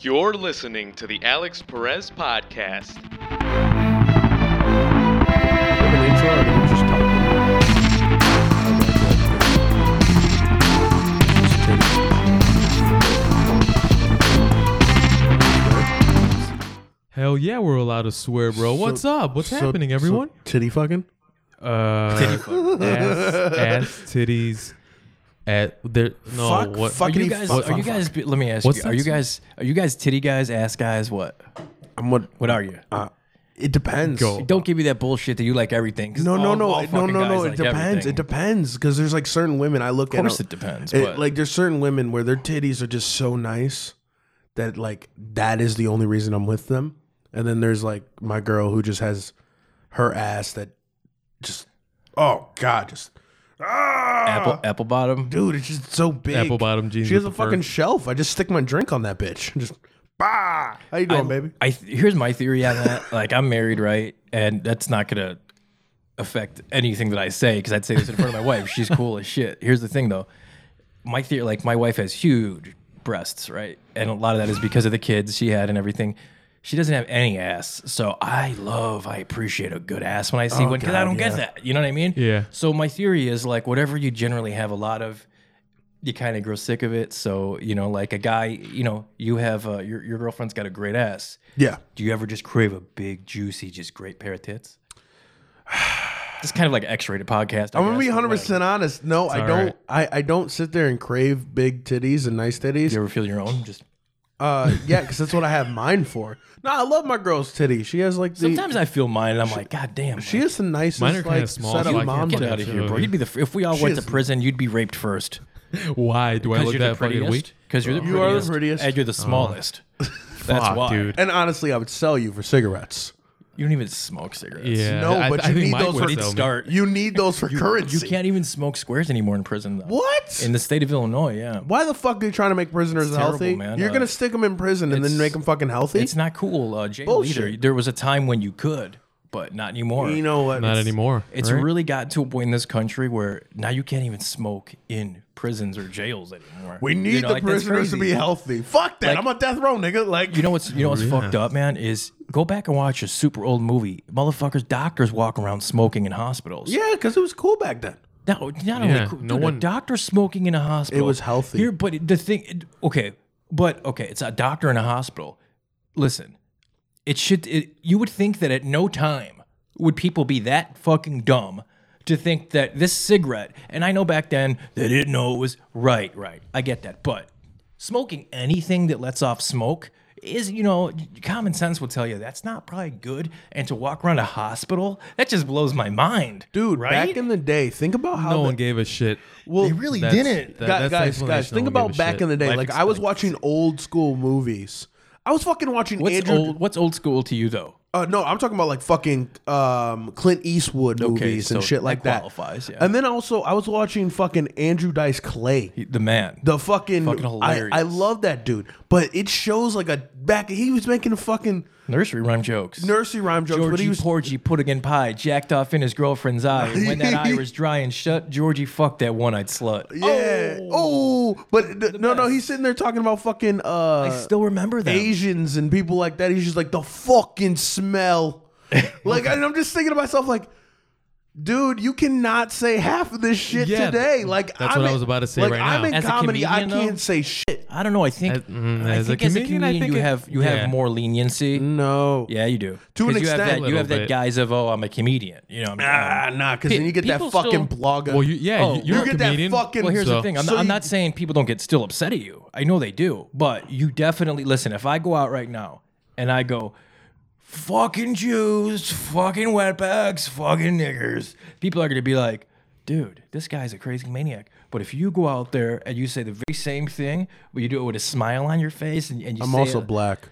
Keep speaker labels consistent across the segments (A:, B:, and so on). A: You're listening to the Alex Perez Podcast.
B: We have an intro or do we just talk?
C: Hell yeah, we're allowed to swear, bro. What's
B: So-
C: up? What's
B: so-
C: happening,
B: so
C: everyone?
B: titty fucking?
C: uh, ass, ass, titties. At there, no.
B: Fuck,
C: what
B: fuck
D: Are you
B: Fuckity
D: guys?
B: fuck,
D: are you
B: fuck,
D: guys? Let me ask
C: What's
D: you.
C: that
D: Are you
C: term?
D: guys? Are you guys titty guys, ass guys? What?
B: I'm what?
D: What are you?
B: Uh, it depends.
C: Go.
D: Don't give me that bullshit that you like everything. 'cause
B: No, no,
D: all-
B: no,
D: all
B: it- no,
D: fucking
B: no,
D: guys
B: no. It
D: like
B: depends. It
D: everything.
B: depends because there's like certain women I look at.
D: course
B: I'll-
D: it depends,
B: it-
D: but-
B: like there's certain women where their titties are just so nice that like that is the only reason I'm with them. And then there's like my girl who just has her ass that just oh god, just ah,
D: Apple, apple bottom.
B: dude, it's just so big.
C: Apple bottom jeans
B: She has a
C: with the fur.
B: fucking shelf. I just stick my drink on that bitch. Just bah. How you doing,
D: I-
B: baby?
D: I th- here's my theory on that. like I'm married, right? And that's not gonna affect anything that I say because I'd say this in front of my wife. She's cool as shit. Here's the thing though. My theory, like my wife has huge breasts, right? And a lot of that is because of the kids she had and everything. She doesn't have any ass, so I love, I appreciate a good ass when I see one because I
B: Oh, God,
D: don't
B: yeah.
D: get that. You know what I mean?
C: Yeah.
D: So my theory is like whatever you generally have a lot of, you kind of grow sick of it. So you know, like a guy, you know, you have uh, your your girlfriend's got a great ass.
B: Yeah.
D: Do you ever just crave a big, juicy, just great pair of tits? It's kind of like an X-rated podcast. I
B: I'm gonna
D: guess,
B: be 100
D: but whatever.
B: percent honest. No, I
C: all
B: don't.
C: right.
B: I, I don't sit there and crave big titties and nice titties.
D: You ever feel your own? Just
B: Uh, yeah, because that's what I have mine for. No, I love my girl's titty. She has like the.
D: sometimes I feel mine, and I'm like, God damn.
B: she
D: Mike,
B: has the nicest
C: Mine are kinda
B: like
C: small,
B: set
C: so
B: of
C: I can't
B: mom
C: get
D: get out of
B: tits.
D: here, bro. You'd be the fir- if we all
B: She
D: went to
B: is-
D: prison, you'd be raped first
C: Why do I
D: because
C: look
D: you're the
C: that fucking
D: prettiest.
C: weak?
D: Because you're the
B: You are the
D: prettiest,
B: prettiest. Oh.
D: and you're the smallest. That's
C: Fuck,
D: why.
C: dude.
B: And honestly, I would sell you for cigarettes.
D: You don't even smoke cigaretes.
C: Yeah,
B: No,
C: I,
B: but
C: I
B: you
C: think
B: need
C: Mike
B: those
C: would
B: for-
C: sell me.
D: Start.
B: You need those for currency.
D: You can't even smoke squares anymore in prison. Though.
B: What?
D: In the state of Illinois, yeah.
B: Why the fuck are you trying to make prisoners
D: It's terrible,
B: healthy?
D: man.
B: You're
D: Uh,
B: gonna stick them in prison and then
D: it's-
B: make them fucking healthy.
D: It's not cool. Uh, jail
B: Bullshit.
D: either. There was a time when you could, but not anymore.
B: you know what?
C: Not
B: It's-
C: anymore.
D: It's
C: right?
D: really got to a point in this country where now you can't even smoke in prisons or jails anymore.
B: We need
D: You know,
B: the
D: like, that's
B: prisoners to be
D: crazy.
B: healthy. Fuck that.
D: Like-
B: I'm on death row, nigga. Like
D: You know what's you know what's fucked up, man, is go back and watch a super old movie. Motherfuckers, doctors walk around smoking in hospitals.
B: Yeah, because it was cool back then.
D: No, not
C: Yeah,
D: only cool,
C: no
D: no dude,
C: one-
D: a doctor smoking in a hospital.
B: It was healthy.
D: Here, but the thing, it- okay, but okay, it's a doctor in a hospital. Listen, it should. It, you would think that at no time would people be that fucking dumb to think that this cigarette. And I know back then they didn't know it was right. Right, I get that, but smoking anything that lets off smoke is you know common sense will tell you that's not probably good and to walk around a hospital that just blows my mind
B: Dude,
D: right
B: back in the day, think about how
C: No
B: the-
C: one gave a shit.
B: Well,
D: They really
C: That's-
D: didn't.
C: that-
B: Guy-
C: that's the
B: guys,
C: explanation.
B: guys,
C: No one
B: think
C: gave a
B: about back
C: shit.
B: in the day.
D: Life
B: like I was
D: expectancy.
B: watching old school movies. I was fucking watching
D: What's
B: Andrew.
D: old? What's old school to you though?
B: uh, no, I'm talking about like fucking um, Clint Eastwood movies and
D: so
B: shit like that.
D: qualifies, yeah.
B: And then also, I was watching fucking Andrew Dice Clay.
D: The man.
B: the fucking,
D: Fucking
B: I,
D: hilarious.
B: I love that dude, but it shows like a back. He was making fucking
D: nursery rhyme jokes.
B: nursery rhyme jokes, but he
D: Georgie
B: was
D: Porgy pudding and pie jacked off in his girlfriend's eye. And when that eye was dry and shut, Georgie fucked that one-eyed slut.
B: yeah. Oh, but th- no, no,
D: best.
B: he's sitting there talking about fucking uh,
D: I Oh, still remember that.
B: Asians and people like that. He's just like the fucking smell. like, and I'm just thinking to myself, like, dude, you cannot say half of this shit
C: Yeah,
B: today. Like,
C: that's
B: I'm
C: what I
B: in-
C: was about to say
B: like,
C: right
B: I'm
C: now.
B: in
D: As a
B: comedy, I
D: comedian, though-
B: can't say shit.
D: I don't know. I think,
C: mm,
D: I
C: as a
D: think as a
C: comedian,
D: comedian,
C: I think
D: you
C: it-
D: have you
C: yeah.
D: have more leniency.
B: No.
D: Yeah, you do.
B: Mm. To an
D: 'Cause you
B: extent.
D: have that, you
C: Little
D: have that
C: bit.
D: guise of oh, I'm a comedian. You know, I'm,
B: Ah,
D: I'm-
B: nah, because
D: Pe-
B: then you get that
D: people
B: fucking
D: still-
B: blogger.
C: Well, you, yeah,
D: Oh,
C: you're
B: you
C: a
B: get that
C: comedian.
B: fucking-
D: Well, here's
C: so-
D: the thing. I'm,
B: so
D: I'm
B: you-
D: not saying people don't get still upset at you. I know they do, but you definitely listen. If I go out right now and I go, fucking Jews, fucking wetbacks, fucking niggers, people are going to be like, dude, this guy's a crazy maniac. But if you go out there and you say the very same thing, but you do it with a smile on your face, and, and you
B: I'm
D: say
B: also
D: it-
B: black.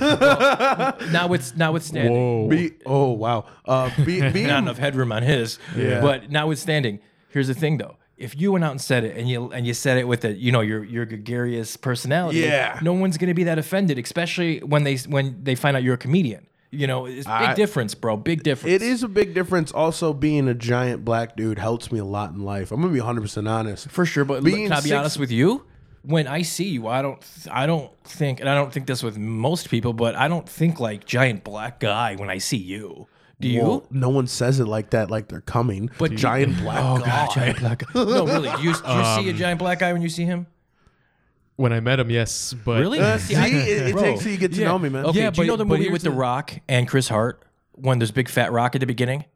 D: now it's notwithstanding,
C: Whoa.
B: Be, oh wow, uh, be, being
D: not enough headroom on his.
B: Yeah.
D: But notwithstanding, here's the thing though. If you went out and said it and you and you said it with a you know your your gregarious personality,
B: Yeah.
D: no one's gonna be that offended, especially when they when they find out you're a comedian. You know, it's big
B: I-
D: difference, bro. Big difference.
B: It is a big difference. Also, being a giant black dude helps me a lot in life. I'm gonna be 100 percent honest.
D: for sure. But
B: Being
D: can I be
B: six-
D: honest with you? when I see you, I don't, I don't think, and I don't think this with most people, but I don't think like giant black guy when I see you. Do you?
B: Well, no one says it like that, like they're coming.
D: But
B: But
D: do-
B: giant black
D: oh
B: guy. Um,
D: god, giant black guy. No, really. Do you, do you see a giant black guy when you see him?
C: When I met him, yes, but
D: Really?
B: Uh, See, it, it
D: uh, Bro.
B: takes till you get to
C: Yeah.
B: know me, man.
D: Okay,
C: Yeah,
D: do you
C: but-
D: know the
C: but
D: movie
C: here's
D: with The
C: the-
D: Rock and Chris Hart when there's Big Fat Rock at the beginning?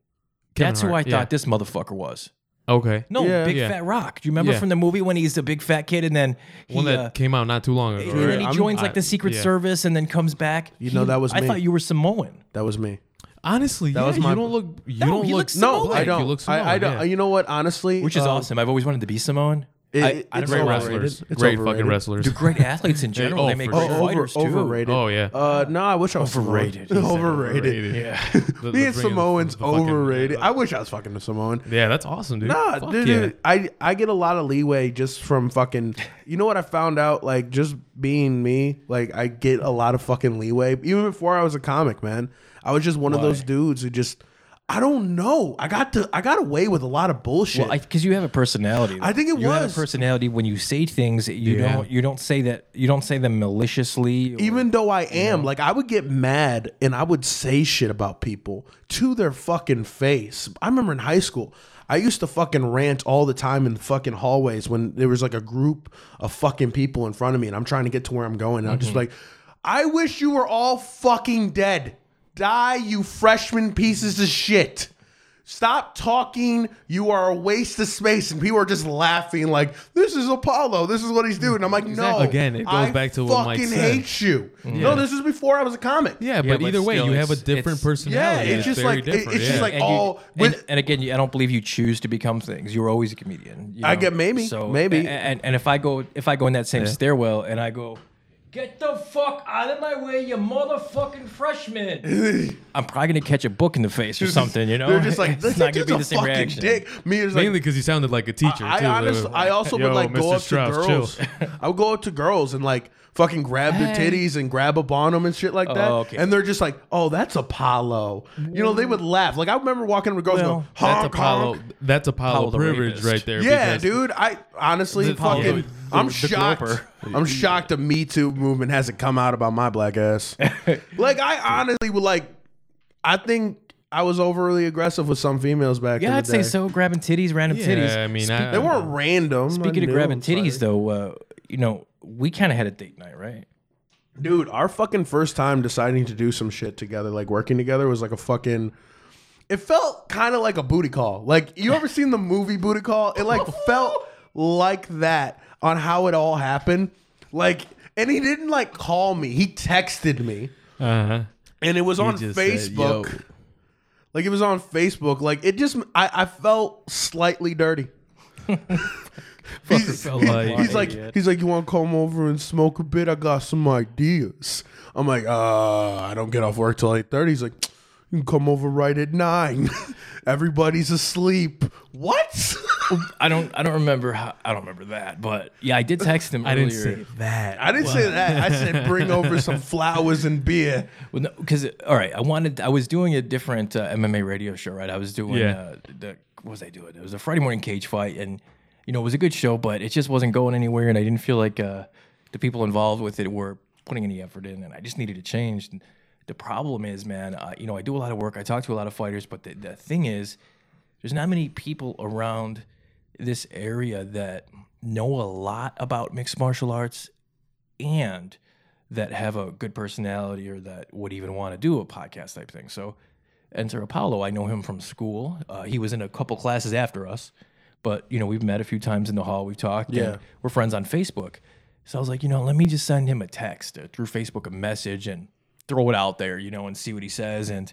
C: Kevin
D: That's who I
C: Hart,
D: thought
C: yeah.
D: this motherfucker was.
C: okay.
D: No,
B: Yeah.
D: Big
C: Yeah.
D: Fat Rock. Do you remember
C: Yeah.
D: from the movie when he's the big fat kid and then he,
C: one that
D: uh,
C: came out not too long ago.
D: and then he
C: right?
D: joins
C: I'm-
D: like the Secret
C: yeah.
D: Service and then comes back?
B: You know,
D: He-
B: that was
D: I
B: me.
D: thought you were Samoan.
B: That was me.
C: Honestly,
B: That
C: yeah,
B: was my-
C: you don't look. You
D: No,
C: don't
D: he
C: look.
D: looks
B: No,
D: Samoan.
B: I
C: You
B: don't.
C: look
B: I, I
C: Samoan,
B: don't.
C: yeah.
B: You know what? Honestly,
D: Which is
B: um,
D: awesome. I've always wanted to be Samoan.
B: it-
D: I,
B: it-
D: I don't
B: it's
D: know
C: Great
D: why.
B: overrated.
C: wrestlers.
B: It's
C: Great
B: overrated.
C: fucking wrestlers.
D: They're great athletes in general.
C: oh,
D: they make
C: for
D: great
C: sure.
B: Oh, over,
D: fighters too.
B: overrated.
C: Oh yeah.
B: Uh, no, I wish I was overrated.
D: Overrated.
B: Overrated.
D: Yeah.
C: The- the
B: Being
C: bringing the-
B: Samoan's
C: the fucking-
B: overrated. I wish I was fucking a Samoan.
C: Yeah, that's awesome, dude.
B: Nah,
C: Fuck
B: dude,
C: yeah.
B: dude, I I get a lot of leeway just from fucking. You know what I found out? Like just being me, like I get a lot of fucking leeway. Even before I was a comic, man, I was just one of those dudes who just. I don't know. I got to. I got away with a lot of bullshit.
D: Well, because you have a personality.
B: I think it
D: you have
B: was.
D: a personality when you say things. You
C: Yeah.
D: don't. You don't say that. You don't say them maliciously. or-
B: even though I am, like I would get mad and I would say shit about people to their fucking face. I remember in high school, I used to fucking rant all the time in the fucking hallways when there was like a group of fucking people in front of me and I'm trying to get to where I'm going. And I'm just
C: Mm-hmm.
B: be like, I wish you were all fucking dead. Die, you freshman pieces of shit. Stop talking. You are a waste of space. And people are just laughing, like, this is Apollo. This is what he's doing. I'm like, no.
C: Exactly. Again, it goes
B: I
C: back to what Mike
B: fucking
C: said.
B: hate you. No, this is before I was a comic.
C: yeah, but
D: Yeah, but
C: either way,
D: still,
C: you have a
D: it's-
C: different
D: it's-
B: Yeah,
C: personality.
B: it's just
C: very
B: like- it-
C: different,
B: it's just
C: yeah.
B: like- oh,
D: and you-
B: all
D: and,
B: with-
D: and again, you- I don't believe you choose to become things. You were always a comedian. you
B: I
D: know?
B: get- maybe, maybe.
D: a- a- And, and if I go, if I go in that same stairwell and I go, get the fuck out of my way, you motherfucking freshman. I'm probably gonna catch a book in the face or something. You know,
B: They're just like,
D: it's
B: this not
D: not gonna
B: just
D: be
B: a
D: the same
B: fucking
D: reaction.
B: dick. Me is like,
C: mainly because you sounded like a teacher.
B: I,
C: too.
B: I, honest, I also
C: Yo,
B: would like go
C: Mr.
B: up
C: Strauss,
B: to
C: chill.
B: girls. I would go up to girls and like fucking grab their titties and grab a bonum and shit like that.
D: Oh, okay.
B: And they're just like, oh, that's Apollo. You know, they would laugh. Like I remember walking up to girls
D: Well,
B: and go, honk,
C: That's Apollo.
B: honk.
C: That's Apollo
D: Apollo the
C: privilege
D: rapist.
C: right there.
B: Yeah,
C: because-
B: dude. I honestly
C: The-
B: fucking.
C: Apollo,
B: I'm
D: the- the
B: shocked.
D: groper.
B: I'm shocked the Me Too movement hasn't come out about my black ass. like I honestly would like. I think I was overly aggressive with some females back. in
D: Yeah,
B: the
D: I'd say
B: day.
D: so. Grabbing titties, random
C: Yeah,
D: titties.
C: I mean,
D: Speak-
C: I,
B: They weren't random. I
D: Speaking of
B: knew,
D: grabbing
B: I'm sorry.
D: titties, though, uh, you know, we kind of had a date night, right?
B: Dude, our fucking first time deciding to do some shit together, like working together, was like a fucking. It felt kind of like a booty call. Like you ever seen the movie Booty Call? It like felt like that on how it all happened. Like, and he didn't like call me. He texted me,
C: Uh-huh.
B: and it was on
C: just said,
B: Facebook.
C: "Yo."
B: like it was on Facebook. Like it just, I, I felt slightly dirty. he's,
C: felt
B: he's-
C: like-
B: he's like, he's like, you want to come over and smoke a bit? I got some ideas. I'm like, uh, I don't get off work till eight thirty. He's like, you can come over right at nine. Everybody's asleep. What?
D: I don't, I don't remember how, I don't remember that, but yeah, I did text him
C: I
D: earlier.
C: didn't say that.
B: I didn't say that. I said bring over some flowers and beer.
D: Well, no, because all right, I wanted. I was doing a different uh, MMA radio show, right? I was doing.
C: Yeah.
D: Uh, the, what was I doing? It was a Friday morning cage fight, and you know, it was a good show, but it just wasn't going anywhere, and I didn't feel like uh, the people involved with it were putting any effort in, and I just needed to change. And the problem is, man, uh, you know, I do a lot of work. I talk to a lot of fighters, but the, the thing is, there's not many people around this area that know a lot about mixed martial arts and that have a good personality or that would even want to do a podcast type thing. So, enter Apollo. I know him from school. Uh, he was in a couple classes after us, but you know we've met a few times in the hall. We've talked. and
B: Yeah.
D: we're friends on Facebook. So I was like, you know, let me just send him a text uh, through Facebook, a message, and throw it out there, you know, and see what he says. And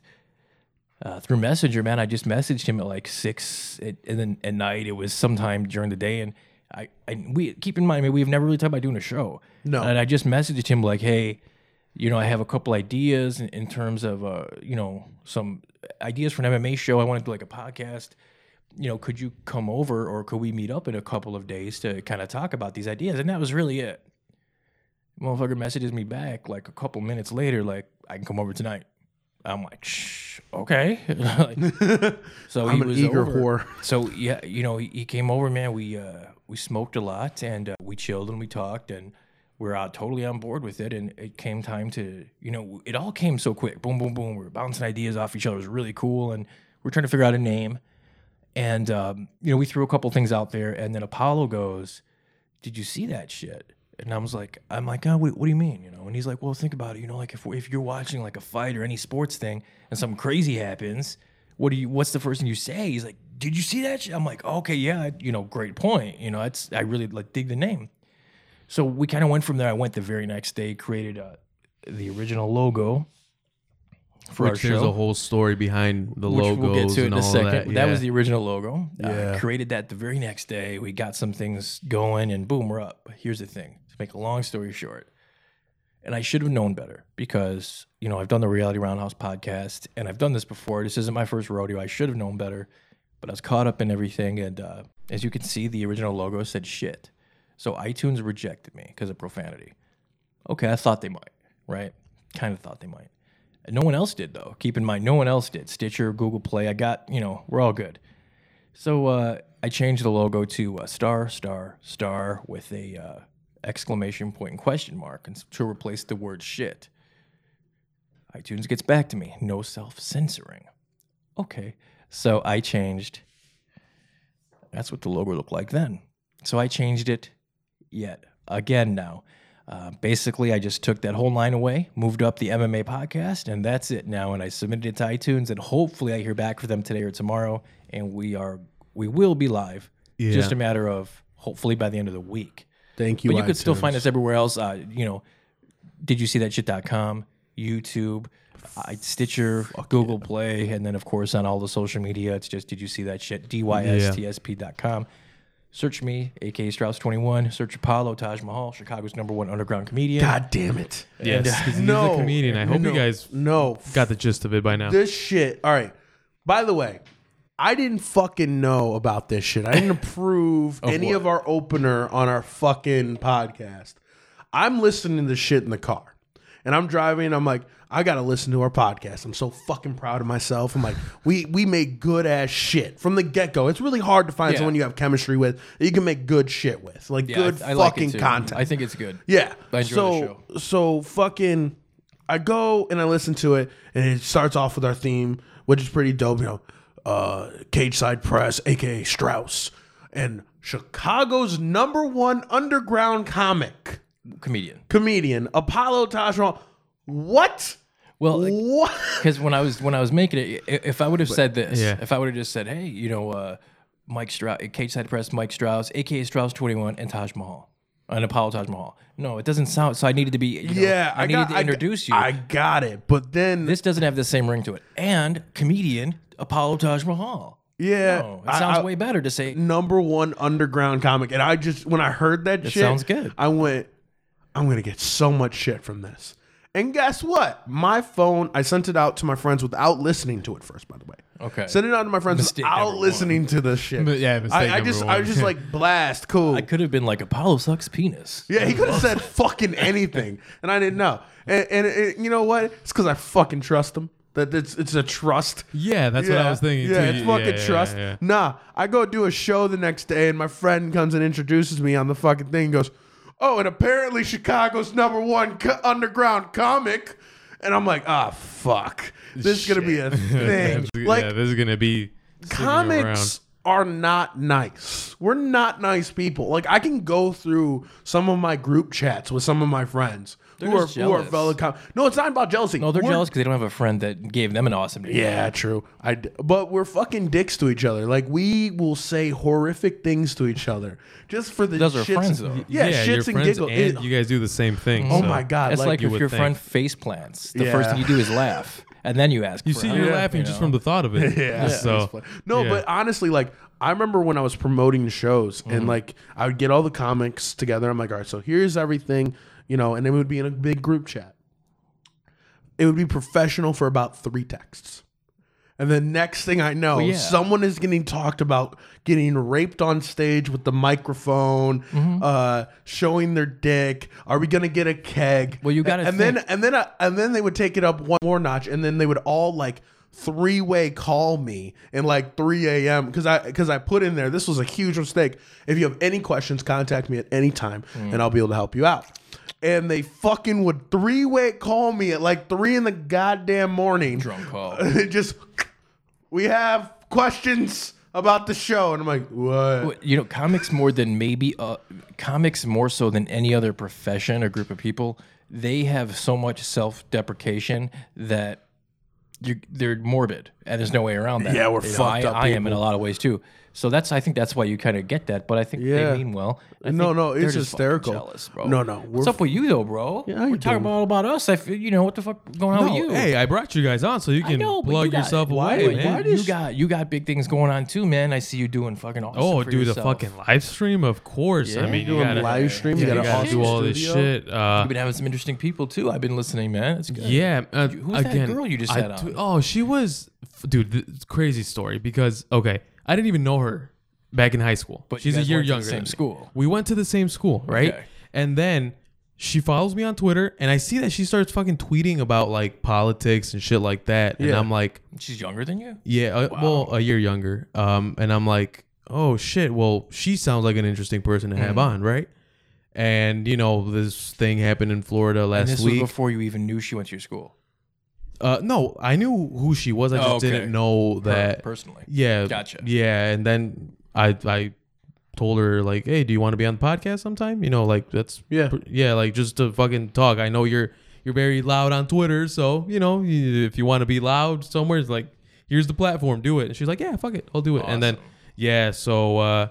D: uh, through Messenger, man, I just messaged him at like six, at, and then at night it was sometime during the day. And I, I we keep in mind, I mean, we've never really talked about doing a show.
B: No.
D: and I just messaged him like, hey, you know, I have a couple ideas in, in terms of, uh, you know, some ideas for an MMA show. I want to do like a podcast. You know, could you come over or could we meet up in a couple of days to kind of talk about these ideas? And that was really it. Motherfucker messages me back like a couple minutes later, like, I can come over tonight. I'm like, Shh, okay. Like, so he
B: I'm an
D: was
B: eager
D: over.
B: whore.
D: So yeah, you know, he, he came over, man. We uh, we smoked a lot and uh, we chilled and we talked and we were uh, totally on board with it. And it came time to, you know, it all came so quick. Boom, boom, boom. We were bouncing ideas off each other. It was really cool. And we are trying to figure out a name. And, um, you know, we threw a couple things out there. And then Apollo goes, Did you see that shit? And I was like, I'm like, oh, what, what do you mean? You know, and he's like, well, think about it. You know, like if, if you're watching like a fight or any sports thing and something crazy happens, what do you what's the first thing you say he's like did you see that shit? i'm like okay yeah you know great point you know that's i really like dig the name so we kind of went from there i went the very next day created uh, the original logo for our
C: Which there's
D: show
C: a whole story behind the
D: which
C: logos
D: we'll get to in
C: and
D: a
C: all
D: second.
C: that.
D: That, was the original logo. Uh,
B: Yeah.
D: created that the very next day. We got some things going, and boom, we're up. But Here's the thing: to make a long story short, and I should have known better because you know I've done the Reality Roundhouse podcast and I've done this before. This isn't my first rodeo. I should have known better, but I was caught up in everything. And uh, as you can see, the original logo said shit. So iTunes rejected me because of profanity. Okay, I thought they might, right? Kind of thought they might. No one else did though. Keep in mind, no one else did. Stitcher, Google Play. I got you know, we're all good. So uh, I changed the logo to uh, star, star, star with a uh, exclamation point and question mark, and s- to replace the word shit. iTunes gets back to me. No self censoring. Okay, so I changed. That's what the logo looked like then. So I changed it yet again now. Uh, basically, I just took that whole line away, moved up the MMA podcast, and that's it now. And I submitted it to iTunes, and hopefully, I hear back from them today or tomorrow. And we are we will be live.
C: Yeah.
D: Just a matter of hopefully by the end of the week.
B: Thank you.
D: But you could still
B: iTunes.
D: find us everywhere else. Uh, you know, did you see that shit.com, YouTube, uh, Stitcher, Google Play, and then, of course, on all the social media, it's just did you see that shit? DYSTSP.com. Search me, aka Strauss21. Search Apollo Taj Mahal, Chicago's number one underground comedian.
B: God damn it.
C: Yes, 'cause he's
B: No.
C: a comedian. I hope
B: no,
C: you guys
B: no
C: got the gist of it by now.
B: this shit. All right. By the way, I didn't fucking know about this shit. I didn't approve any
D: what?
B: of our opener on our fucking podcast. I'm listening to shit in the car. And I'm driving and I'm like, I gotta listen to our podcast. I'm so fucking proud of myself. I'm like, we we make good ass shit from the get go. It's really hard to find
D: Yeah.
B: someone you have chemistry with that you can make good shit with. Like
D: Yeah,
B: good
D: I- I like it
B: fucking
D: too.
B: content.
D: I think it's good.
B: Yeah.
D: I enjoy
B: so,
D: the
B: So fucking, I go and I listen to it, and it starts off with our theme, which is pretty dope. You know, uh, Cage Side Press, aka Strauss, and Chicago's number one underground comic
D: Comedian.
B: comedian Apollo Taj Mahal. What?
D: Well,
B: What?
D: because when I was when I was making it, i- if I would have said this,
C: yeah.
D: if I would have just said, "Hey, you know, uh, Mike Strauss, Cage Side Press, Mike Strauss, aka Strauss Twenty One, and Taj Mahal, and Apollo Taj Mahal." No, it doesn't sound. So I needed to be, you know,
B: Yeah,
D: I, needed
B: got-
D: to introduce you.
B: I got it, but then
D: this doesn't have the same ring to it. And comedian Apollo Taj Mahal.
B: yeah,
D: No, it
B: I-
D: sounds
B: I-
D: way better to say.
B: number one underground comic. And I just when I heard that, shit,
D: sounds good.
B: I went, I'm gonna get so much shit from this. And guess what? My phone, I sent it out to my friends without listening to it first. By the way,
D: Okay.
B: sent it out to my friends
D: Mistake number
B: without
D: one.
B: listening to this shit.
C: But yeah, mistake
B: I, I
C: number
B: just, I
C: one.
B: was just like blast, cool.
D: I could have been like Apollo sucks penis.
B: yeah, he could have said fucking anything, and I didn't know. And, and, and you know what? It's because I fucking trust him. That it's it's a trust.
C: yeah, that's what I was thinking.
B: Yeah,
C: too.
B: it's fucking
C: yeah,
B: trust.
C: yeah.
B: Nah, I go do a show the next day, and my friend comes and introduces me on the fucking thing. And goes, oh, and apparently Chicago's number one co- underground comic, and I'm like, ah, fuck, this is gonna be a thing.
C: That's-
B: like
C: yeah, this is gonna be sticking around.
B: comics are not nice. We're not nice people. Like I can go through some of my group chats with some of my friends who are
D: just
B: who are
D: jealous.
B: fellow com- No, it's not about jealousy.
D: No, they're
B: We're
D: jealous because they don't have a friend that gave them an awesome name.
B: yeah, true. I d- but we're fucking dicks to each other. Like we will say horrific things to each other just for the
D: Those are
B: shits
D: friends,
B: and-
D: though.
B: Yeah,
C: your
B: shits and
C: friends
B: giggles. It-
C: you guys do the same thing.
B: oh
C: so.
B: my god,
D: It's
B: like,
D: like,
C: you
D: if
C: would
D: your
C: think.
D: friend face plants, the first
B: Yeah.
D: thing you do is laugh, and then you ask.
C: You
D: for
C: see,
D: help,
C: you're laughing
D: you
C: just
D: know?
C: from the thought of it.
B: yeah.
C: So
B: no,
C: yeah.
B: but honestly, like I remember when I was promoting shows
D: Mm-hmm.
B: and like I would get all the comics together. I'm like, all right, so here's everything, you know, and it would be in a big group chat. It would be professional for about three texts. And the next thing I know,
D: yeah.
B: someone is getting talked about getting raped on stage with the microphone,
D: Mm-hmm.
B: uh, showing their dick. Are we gonna get a keg?
D: Well, you gotta
B: and then and then I, and then they would take it up one more notch, and then they would all like three way call me in like 3 a.m. because I because I put in there this was a huge mistake. If you have any questions, contact me at any time
C: Mm.
B: and I'll be able to help you out. And they fucking would three way call me at like three in the goddamn morning.
D: Drunk call.
B: just we have questions about the show, and I'm like, what?
D: But, you know, comics more than maybe uh, comics more so than any other profession or group of people, they have so much self-deprecation that you they're morbid, and there's no way around that.
B: Yeah, we're
D: You know,
B: fucked
D: I,
B: up
D: I am in a lot of ways too. So that's I think that's why you kind of get that, but I think
B: Yeah.
D: they mean well. I
B: No,
D: think
B: no, it's
D: they're just fucking
B: hysterical.
D: Jealous, bro.
B: No, no, we're
D: What's up with you though,
B: how
D: bro? we're
B: you
D: talking
B: doing?
D: about all about us. I feel you know what the fuck going on
C: No,
D: with you.
C: Hey, I brought you guys on so you can
D: know, but
C: plug
D: you got-
C: yourself
B: why-
C: away,
B: why
C: man.
D: you got you got big things going on too, man. I see you doing fucking awesome.
C: Oh,
D: for
C: do the
D: yourself.
C: fucking live stream, of course.
D: Yeah.
C: I mean,
D: You
C: you
B: doing
C: gotta,
B: live stream.
C: yeah,
B: you
C: you
B: got
C: gotta,
B: an
C: do
B: awesome
C: all this
B: studio.
C: shit. Uh,
D: You've been having some interesting people too. I've been listening, man. It's good.
C: yeah, uh,
D: who's that
C: again,
D: girl you just
C: I
D: had
C: do-
D: on?
C: Oh, she was, f- dude. th- it's crazy story because okay, I didn't even know her back in high school.
D: But you
C: she's a
D: guys
C: year
D: went to the
C: younger.
D: same
C: than me.
D: school.
C: We went to the same school, right?
D: Okay.
C: And then she follows me on Twitter, and I see that she starts fucking tweeting about like politics and shit like that. And
B: Yeah.
C: I'm like,
D: She's younger than you.
C: Yeah, uh, well, a year younger. Um, and I'm like, oh shit. Well, she sounds like an interesting person to
D: Mm-hmm.
C: have on, right? And you know, this thing happened in Florida
D: And
C: last
D: this
C: week.
D: was before you even knew she went to your school.
C: uh, no, I knew who she was. I just
D: Oh, okay.
C: didn't know
D: her
C: that.
D: personally.
C: yeah,
D: Gotcha.
C: Yeah, and then I I told her like, hey, do you want to be on the podcast sometime? You know, like that's
B: Yeah.
C: pr- yeah, like just to fucking talk. I know you're you're very loud on Twitter, so you know y- if you want to be loud somewhere, it's like here's the platform, do it. And she's like, yeah, fuck it, I'll do it. And then
D: Awesome.
C: yeah, so uh,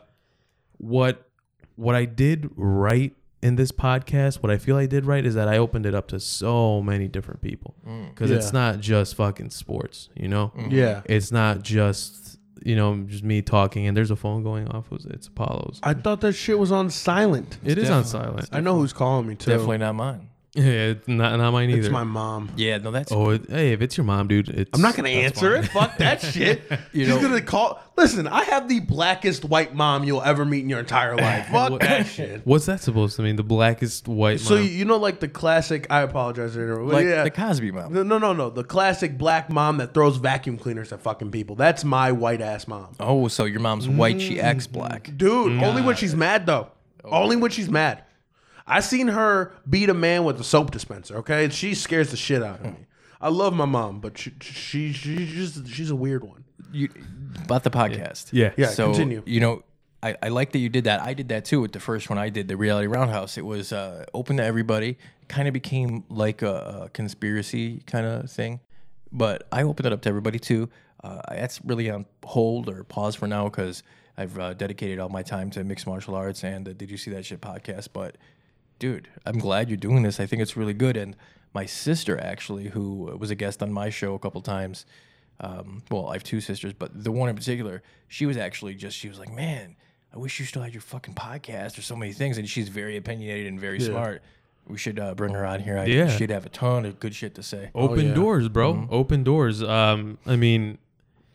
C: what what I did right in this podcast, what I feel I did right is that I opened it up to so many different people because
B: Yeah.
C: it's not just fucking sports, you know
B: Yeah.
C: it's not just you know just me talking and there's a phone going off it's, it's apollo's
B: I thought that shit was on silent.
C: it is on
D: definitely-
C: silent
B: I know who's calling me too.
D: Definitely not mine.
C: yeah it's not, not mine either
B: It's my mom.
D: Yeah, no, that's
C: oh it, hey if it's your mom dude it's
B: I'm not gonna answer it. Fuck that shit. She's
D: know-
B: gonna call. Listen, I have the blackest white mom you'll ever meet in your entire life. Fuck that shit.
C: what's that supposed to mean the blackest white
B: So
C: mom.
B: you, you know, like the classic. I apologize, for interrupting, but
D: like
B: yeah.
D: the Cosby mom.
B: no, no, no, no. The classic black mom that throws vacuum cleaners at fucking people. That's my white ass mom,
D: oh, so your mom's white. She acts black.
B: dude. Only when she's mad though.
C: Oh.
B: Only when she's mad. I seen her beat a man with a soap dispenser. Okay, she scares the shit out of me. I love my mom, but she, she, she's just she's a weird one.
D: You, about the podcast.
C: yeah
B: Yeah,
D: so
B: continue.
D: you know I, I like that you did that i did that too with the first one i did the reality roundhouse it was uh, open to everybody kind of became like a, a conspiracy kind of thing but i opened it up to everybody too uh, that's really on hold or pause for now because i've uh, dedicated all my time to mixed martial arts and the did you see that shit podcast but dude, I'm glad you're doing this. I think it's really good. And my sister, actually, who was a guest on my show a couple times, um, well, I have two sisters, but the one in particular, she was actually just, she was like, man, I wish you still had your fucking podcast or so many things. And she's very opinionated and very smart. We should uh, bring her on here. I,
C: Yeah. Oh.
D: She'd have a ton of good shit to say.
B: Oh,
C: open doors bro
B: Mm-hmm.
C: open doors um i mean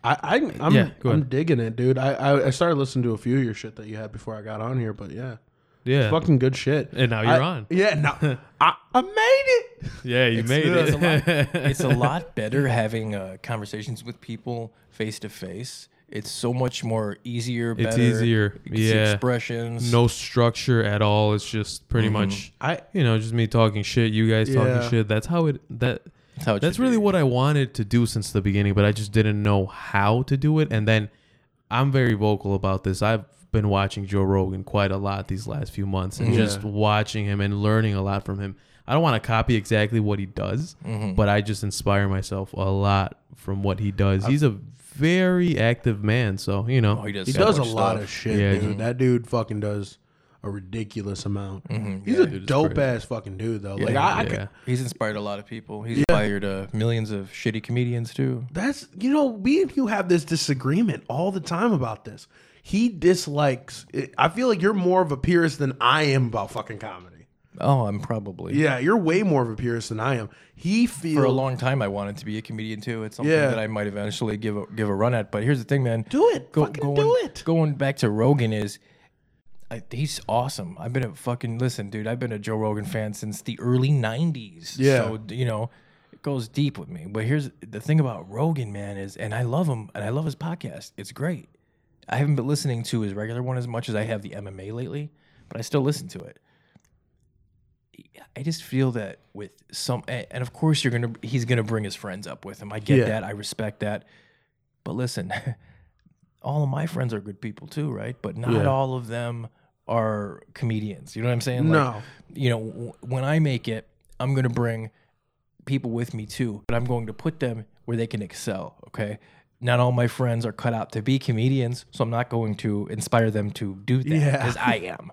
B: I, I I'm
C: Yeah, go
B: I'm
C: ahead.
B: digging it, dude. I, I I started listening to a few of your shit that you had before I got on here, but yeah,
C: yeah
B: fucking good shit.
C: and now you're
B: I-
C: on
B: Yeah, no, I, I made it.
C: yeah you made
D: It's a
C: it
D: lot, it's a lot better having uh, conversations with people face to face. It's so much more easier. Better.
C: easier,
D: You can see
C: yeah.
D: expressions.
C: no structure at all it's just pretty much
B: Mm-hmm. I
C: you know just me talking shit you guys
B: Yeah.
C: talking shit that's how it that
D: That's, how it
C: That's
D: should
C: really
D: be.
C: what I wanted to do since the beginning, but I just didn't know how to do it. And then I'm very vocal about this. I've been watching Joe Rogan quite a lot these last few months
D: Mm-hmm.
C: and just watching him and learning a lot from him. I don't want to copy exactly what he does,
D: Mm-hmm.
C: but I just inspire myself a lot from what he does. He's a very active man, so you know.
D: Oh, he does.
B: he
D: so
B: does a
D: much
B: lot
D: stuff.
B: of shit,
C: Yeah,
B: dude. That dude fucking does a ridiculous amount.
C: Mm-hmm.
B: He's a dope ass fucking dude, though. like I, I could-
C: yeah.
D: He's inspired a lot of people. He's inspired uh, millions of shitty comedians too.
B: that's you know we and you have this disagreement all the time about this. He dislikes. It. I feel like you're more of a purist than I am about fucking comedy.
D: Oh, I'm probably.
B: Yeah, you're way more of a purist than I am. He feels
D: For a long time, I wanted to be a comedian too. It's something
B: Yeah.
D: that I might eventually give a, give a run at. But here's the thing, man.
B: Do it. Fucking
D: going,
B: do it.
D: Going back to Rogan is, I, he's awesome. I've been a fucking listen, dude. I've been a Joe Rogan fan since the early '90s.
B: Yeah.
D: So you know, goes deep with me. But here's the thing about Rogan, man, is and I love him and I love his podcast. It's great. I haven't been listening to his regular one as much as I have the MMA lately, but I still listen to it. I just feel that with some, a- and of course you're gonna, he's gonna bring his friends up with him. I get
B: Yeah.
D: that. I respect that. But listen, all of my friends are good people too, right? But not
B: Yeah.
D: all of them are comedians. You know what I'm saying? Like,
B: no.
D: you know, w- when I make it, I'm going to bring people with me too, but I'm going to put them where they can excel. Okay. Not all my friends are cut out to be comedians, so I'm not going to inspire them to do that
B: Yeah.
D: because I am.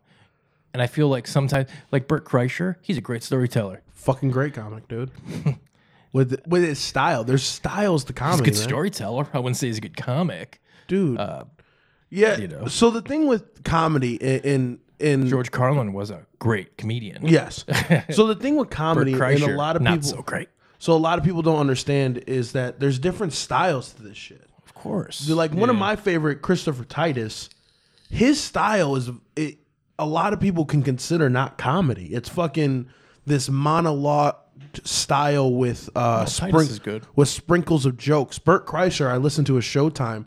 D: And I feel like sometimes, like Bert Kreischer, he's a great storyteller.
B: Fucking great comic, dude. with with his style. There's styles to
D: He's a
B: comedy.
D: good
B: man.
D: storyteller. I wouldn't say he's a good comic.
B: Dude. yeah.
D: you know.
B: So the thing with comedy in in, in
D: George Carlin was a great comedian.
B: yes. so the thing with
D: Bert
B: comedy and
D: Kreischer,
B: a lot of
D: not
B: people
D: so great.
B: so a lot of people don't understand is that there's different styles to this shit.
D: Of course.
B: Like one of my favorite, Christopher Titus, his style is it, a lot of people can consider not comedy. It's fucking this monologue style with uh, sprink-
D: Oh, is good.
B: with sprinkles of jokes. Bert Kreischer, I listened to a Showtime.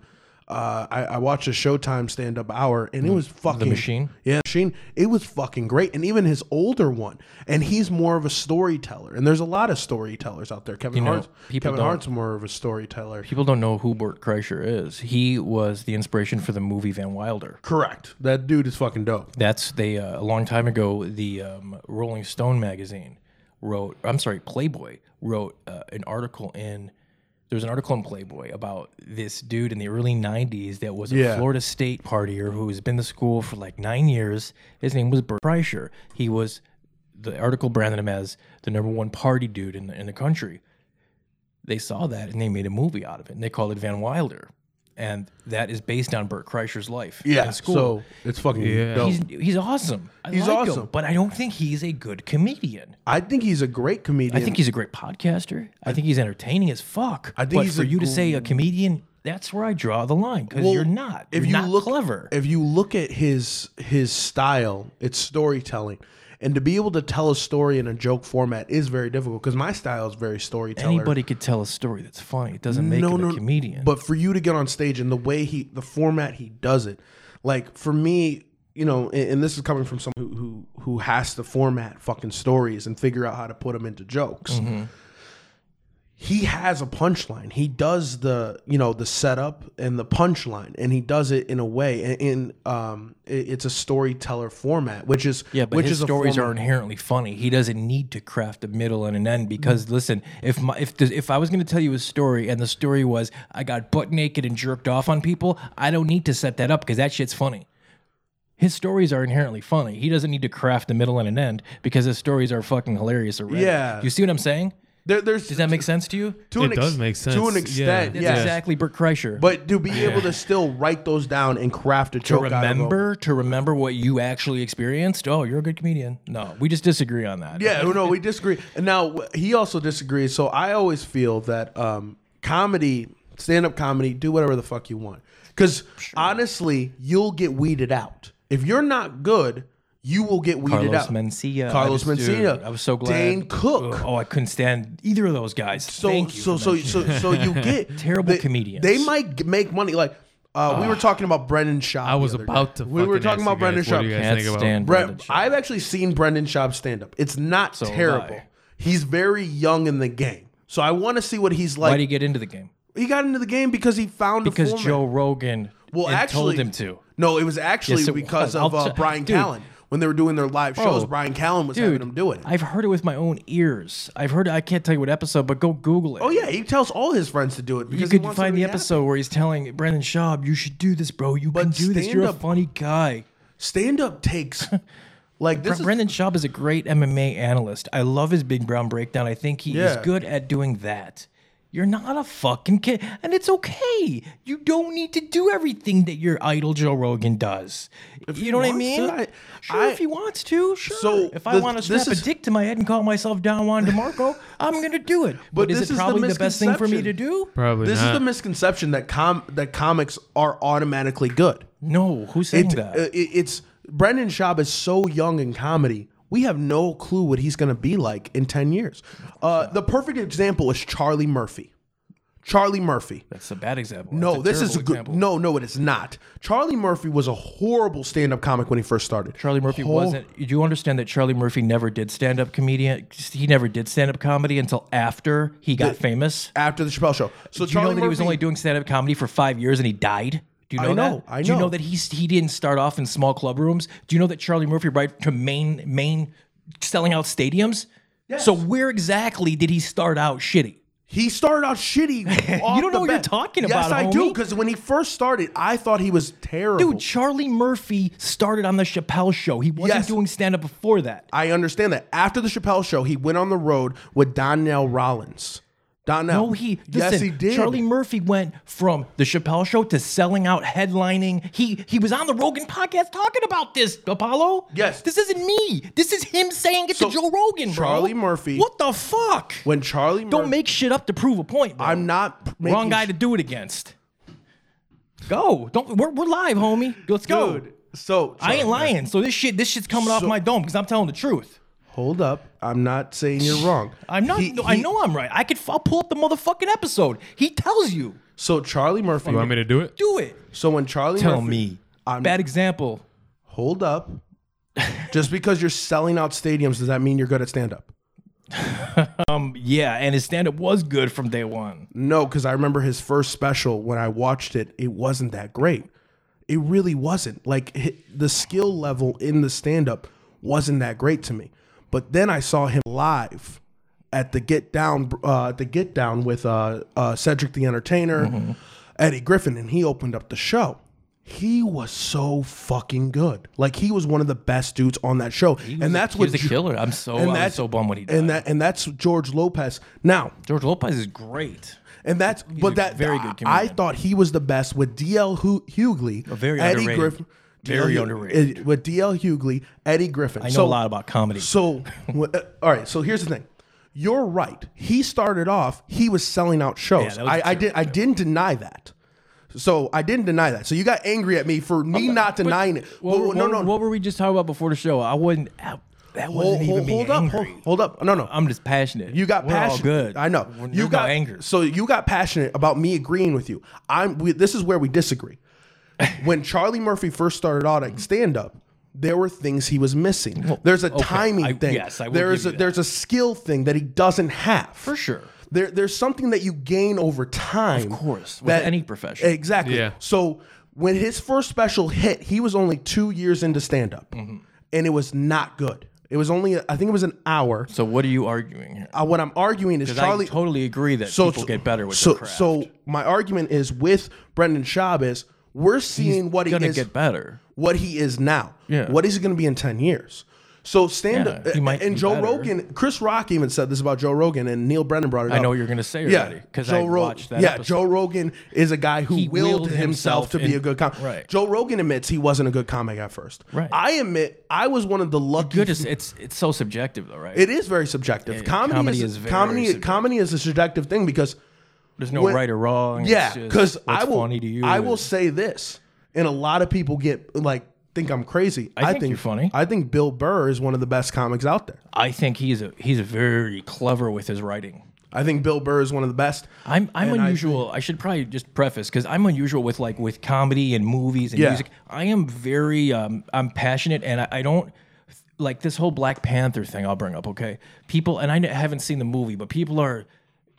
B: Uh, I, I watched a Showtime stand up hour, and it was fucking
D: Mm. Machine?
B: Yeah, Machine. It was fucking great, and even his older one, and he's more of a storyteller. And there's a lot of storytellers out there. Kevin
D: know,
B: Hart's
D: people
B: Kevin
D: don't-
B: Hart's more of a storyteller.
D: People don't know who Bert Kreischer is. He was the inspiration for the movie Van Wilder.
B: Correct. That dude is fucking dope.
D: That's they uh, a long time ago. The um, Rolling Stone magazine wrote. I'm sorry, Playboy wrote uh, an article in. There was an article in Playboy about this dude in the early '90s that was a
B: Yeah.
D: Florida State partier who has been to school for like nine years. His name was Bert Kreischer. He was the article branded him as the number one party dude in the, in the country. They saw that and they made a movie out of it, and they called it Van Wilder, and that is based on Bert Kreischer's life.
B: Yeah.
D: in school.
B: So it's fucking
C: Yeah.
B: dope.
D: He's he's awesome. I
B: Oh. He's
D: like him,
B: awesome.
D: but I don't think he's a good comedian.
B: I think he's a great comedian.
D: I think he's a great podcaster. I think he's entertaining as fuck. I
B: think
D: but
B: he's
D: for
B: a
D: you to
B: gr-
D: say a comedian, that's where I draw the line because
B: Well,
D: you're not.
B: if
D: you're
B: you
D: not
B: look-
D: clever.
B: if you look at his his style, it's storytelling. And to be able to tell a story in a joke format is very difficult because my style is very storyteller.
D: Anybody could tell a story that's funny. It doesn't make him a comedian.
B: But for you to get on stage and the way he, the format he does it, like for me, you know, and, and this is coming from someone who, who who has to format fucking stories and figure out how to put them into jokes.
D: Mm-hmm.
B: He has a punchline. He does the you know the setup and the punchline, and he does it in a way. And, and um, it- it's a storyteller format, which is
D: yeah, but
B: which
D: his
B: is a
D: stories
B: format-
D: are inherently funny. He doesn't need to craft a middle and an end
B: Mm.
D: because listen, if my if the, if I was going to tell you a story and the story was I got butt naked and jerked off on people, I don't need to set that up because that shit's funny. His stories are inherently funny. He doesn't need to craft a middle and an end because his stories are fucking hilarious already.
B: Yeah.
D: you see what I'm saying?
B: there, there's
D: Does that make sense to you?
B: to an
C: It does
B: ex-
C: make
B: to
C: sense.
B: an
C: Yeah.
B: extent.
D: That's
B: yes.
D: exactly Bert Kreischer.
B: But to be able to still write those down and craft a
D: to
B: joke out of them.
D: remember to remember what you actually experienced. Oh, you're a good comedian. No, we just disagree on that.
B: Yeah, no, we disagree. And now w- he also disagrees. So I always feel that um, comedy, stand up comedy, do whatever the fuck you want. Because honestly, you'll get weeded out. If you're not good, you will get weeded
D: Carlos
B: out.
D: Mencia.
B: Carlos
D: I just- dude,
B: Mencia.
D: I was so glad.
B: Dane Cook.
D: Ugh, Oh, I couldn't stand either of those guys.
B: So
D: Thank you
B: so
D: for
B: so
D: mentioning
B: so so you get
D: Terrible
B: they-
D: comedians. Ah.
B: They might g- make money. Like uh, we were talking about Brendan Schaub.
C: I was
B: the other
C: about
B: day.
C: to.
B: We were
C: fucking
B: talking
C: ask
B: about
C: you
B: Brendan
C: guys, what do
B: Schaub.
C: you
D: that.
C: guys
D: Can't
C: think about-
D: stand
B: Brett,
D: Brendan Schaub.
B: I've actually seen Brendan Schaub stand up. It's not
D: have
B: terrible.
D: I.
B: He's very young in the game. So I want to see what he's
D: Why
B: like.
D: would he get into the game?
B: he got into the game because he found
D: Because
B: a format.
D: Joe Rogan
B: well,
D: had
B: actually,
D: told him to.
B: No, it was actually
D: Yes, it
B: because
D: was.
B: of
D: I'll
B: uh,
D: t-
B: Brian
D: dude.
B: Callen. When they were doing their live shows,
D: Oh.
B: Brian Callen was having them do it.
D: I've heard it with my own ears. I've heard. I can't tell you what episode, but go Google it.
B: oh yeah, he tells all his friends to do it. Because
D: You
B: he
D: could
B: wants them
D: find
B: to
D: the
B: be
D: episode where he's telling Brendan Schaub, "You should do this, bro. You can do this. You're a
B: stand-up-
D: funny guy."
B: Stand up takes like this.
D: Bre-
B: Is,
D: Brendan Schaub is a great MMA analyst. I love his Big Brown Breakdown. I think he is
B: Yeah.
D: good at doing that. You're not a fucking kid, and it's okay. You don't need to do everything that your idol Joe Rogan does. you know what I
B: wants
D: mean?
B: to, I-
D: sure,
B: I-
D: if he wants to, sure.
B: So
D: if I
B: the-
D: want to
B: this
D: strap a
B: is-
D: dick to my head and call myself Don Juan DeMarco, I'm gonna do it. But, is
B: this
D: it
B: is the
D: probably the, best thing for me
B: misconception.
D: to do?
C: Probably
B: this
C: not.
B: is the misconception that com that comics are automatically good.
D: No, who's saying
B: It-
D: that?
B: uh, it- it's Brendan Schaub is so young in comedy. We have no clue what he's going to be like in 10 years. Uh, the perfect example is Charlie Murphy. Charlie Murphy.
D: That's a bad example.
B: No,
D: That's
B: this is a
D: terrible
B: good.
D: example.
B: No, no, it is not. Charlie Murphy was a horrible stand-up comic when he first started.
D: Charlie Murphy
B: Hor-
D: wasn't. Do you understand that Charlie Murphy never did stand up comedian? He never did stand up comedy until after he got famous.
B: after the Chappelle Show. So
D: Do you know
B: Charlie
D: that he was
B: Murphy-
D: only doing stand up comedy for five years and he died? Do you
B: I
D: know,
B: know,
D: that?
B: I
D: Do you
B: know.
D: know that he he didn't start off in small club rooms? Do you know that Charlie Murphy right to main main selling out stadiums? So where exactly did he start out shitty?
B: He started out shitty. off
D: You
B: the
D: don't know what you're
B: bat.
D: talking
B: Yes,
D: about,
B: I do.
D: homie.
B: Because when he first started, I thought he was terrible.
D: Dude, Charlie Murphy started on the Chappelle show. He wasn't
B: Yes.
D: doing stand up before that.
B: I understand that. After the Chappelle Show, he went on the road with Donnell Rollins. Donnell.
D: No, Oh, he. Listen,
B: Yes, he did.
D: Charlie Murphy went from the Chappelle show to selling out, headlining. He he was on the Rogan podcast talking about this. Apollo.
B: Yes.
D: This isn't me. This is him saying it
B: So,
D: to Joe Rogan, bro.
B: Charlie Murphy-
D: What the fuck?
B: When Charlie.
D: Don't
B: Mur-
D: make shit up to prove a point, bro.
B: I'm not. Making
D: wrong guy to do it against. Go. Don't. We're, we're live, homie. Let's go.
B: Dude. So
D: I ain't lying. So this shit, this shit's coming off
B: So-
D: my dome because I'm telling the truth.
B: Hold up. I'm not saying you're wrong.
D: I'm not.
B: He-
D: no, I
B: he-
D: know I'm right. I could. I'll pull up the motherfucking episode. He tells you.
B: So Charlie Murphy.
C: You want me to do it?
D: Do it.
B: So when Charlie
D: Tell
B: Murphy-
D: me.
B: I'm-
D: Bad example.
B: hold up. Just because you're selling out stadiums, does that mean you're good at stand up?
D: Yeah, and his stand up was good from day one.
B: No, because I remember his first special when I watched it, it wasn't that great. It really wasn't. Like hi- the skill level in the stand up wasn't that great to me. But then I saw him live at the Get Down, uh, the Get Down with uh, uh, Cedric the Entertainer,
D: Mm-hmm.
B: Eddie Griffin, and he opened up the show. He was so fucking good. Like he was one of the best dudes on that show, and that's
D: he
B: what
D: was a
B: Ge-
D: killer. I'm so- I was so bummed when he
B: And
D: died.
B: that and that's George Lopez. Now
D: George Lopez is great.
B: and that's but
D: a
B: that
D: very good
B: I, I
D: comedian.
B: thought he was the best with DL Hu- Hughley,
D: very
B: Eddie
D: underrated.
B: Griffin,
D: Very
B: DL Hu-
D: underrated.
B: eh, with DL Hughley, Eddie Griffin.
D: I know a lot about comedy.
B: So wh- eh, all right, so here's the thing. You're right. He started off. He was selling out
D: Yeah,
B: shows.
D: that was
B: I, I
D: terrible.
B: did. I didn't deny that. So I didn't deny that. So you got angry at me for me not denying it.
D: What,
B: But-
D: were-
B: no,
D: what,
B: no.
D: were- What were we just talking about before the show? I wasn't. I- that
B: hold,
D: wasn't even
B: hold,
D: me
B: hold up.
D: angry.
B: Hold, hold up. No, no.
D: I'm just passionate.
B: You got
D: We're all
B: passionate.
D: good.
B: I know.
D: We're-
B: you
D: there's
B: got
D: no anger.
B: So you got passionate about me agreeing with you. I'm. We, this is where we disagree. when Charlie Murphy first started out at stand up, there were things he was missing. there's a timing
D: I-
B: thing.
D: yes, I will
B: There
D: give
B: is a,
D: you that.
B: there's a skill thing that he doesn't have. For
D: sure.
B: There, there's something that you gain over time. Of
D: course, with any profession.
B: Exactly.
C: Yeah.
B: So when his first special hit, he was only two years into stand up,
D: Mm-hmm.
B: and it was not good. It was only, I think it was an hour.
D: So what are you arguing here?
B: Uh, what I'm arguing is Charlie.
D: I totally agree that people get better with
B: so,
D: their craft.
B: So my argument is with Brendan Schaub is we're seeing what he
D: gonna
B: is,
D: get better.
B: what he is now.
D: Yeah.
B: What is he going to be in ten years? So stand up.
D: Yeah, he might
B: and
D: be
B: Joe
D: better.
B: Rogan, Chris Rock even said this about Joe Rogan, and Neil Brennan brought it up.
D: I know what you're gonna say already, 'cause I
B: Rog-
D: watched that
B: Yeah,
D: episode.
B: Joe Rogan is a guy who
D: He
B: willed,
D: willed
B: himself,
D: himself
B: to be
D: in-
B: a good comic.
D: Right.
B: Joe Rogan admits he wasn't a good comic at first.
D: Right.
B: I admit I was one of the lucky
D: Good. It's, it's it's so subjective though, right?
B: it is very subjective. comedy,
D: comedy
B: is,
D: is very
B: comedy.
D: subjective.
B: Comedy is a subjective thing because
D: there's no
B: when-
D: right or wrong. It's
B: yeah,
D: just
B: because
D: what's
B: I will.
D: Funny to you
B: I
D: is-
B: will say this, and a lot of people get like think I'm crazy. I,
D: think you're funny.
B: I think Bill Burr is one of the best comics out there.
D: I think he's a he's very clever with his writing.
B: I think Bill Burr is one of the best.
D: I'm I'm
B: And I
D: unusual. I, should probably just preface because I'm unusual with like with comedy and movies and
B: Yeah.
D: music. I am very um I'm passionate and I, I don't like this whole Black Panther thing. I'll bring up okay. People and I n- haven't seen the movie, but people are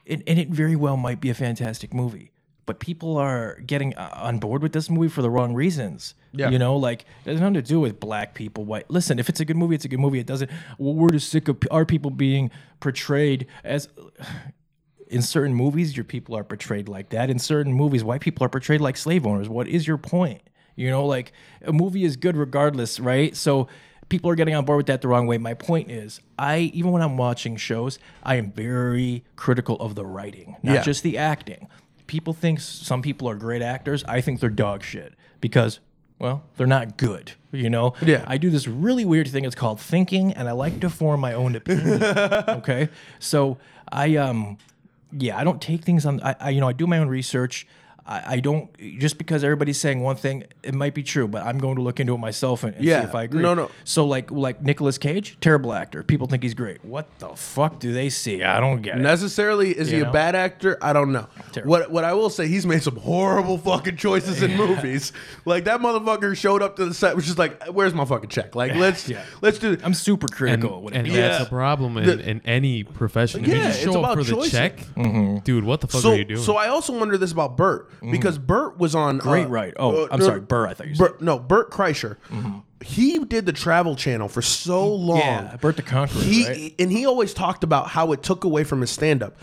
D: and, and it very well might be a fantastic movie. But people are getting uh, on board with this movie for the wrong reasons.
B: Yeah.
D: You know, like it has nothing to do with black people. White. Listen, if it's a good movie, it's a good movie. It doesn't. Well, we're just sick of p- our people being portrayed as in certain movies your people are portrayed like that in certain movies white people are portrayed like slave owners what is your point you know like a movie is good regardless right so people are getting on board with that the wrong way my point is i even when i'm watching shows i am very critical of the writing not
B: Yeah.
D: just the acting people think some people are great actors i think they're dog shit because well they're not good you know
B: Yeah.
D: i do this really weird thing it's called thinking and i like to form my own opinion okay so i um yeah i don't take things on I, I you know i do my own research I, I don't just because everybody's saying one thing, it might be true, but I'm going to look into it myself and, and
B: Yeah.
D: see if I agree.
B: No, no.
D: So like like Nicolas Cage, terrible actor. People think he's great. What the fuck do they see? I don't get it.
B: Necessarily, is he
D: You
B: a
D: know?
B: bad actor? I don't know.
D: Terrible.
B: What what I will say, he's made some horrible fucking choices in movies. Like that motherfucker showed up to the set, which is like, "Where's my fucking check?" Like let's
D: Yeah.
B: let's do.
D: I'm super
C: And,
D: critical. when it
C: and
D: comes-
C: that's
B: Yeah.
C: a problem in, in any profession. If you
B: Yeah,
C: just
B: it's
C: show up
B: about
C: for
B: choices. Mm-hmm.
C: the check, dude, what the fuck
B: so
C: are you doing?
B: so I also wonder this about Bert because Bert was on
D: Mm. Great
B: uh,
D: right. Oh,
B: uh,
D: I'm
B: no,
D: sorry, Burr. I thought you said.
B: Bert, no, Bert Kreischer. He did the Travel Channel for so long.
D: Mm-hmm. Yeah, Bert the Conqueror,
B: He
D: right? Mm-hmm.
B: and he always talked about how it took away from his stand up.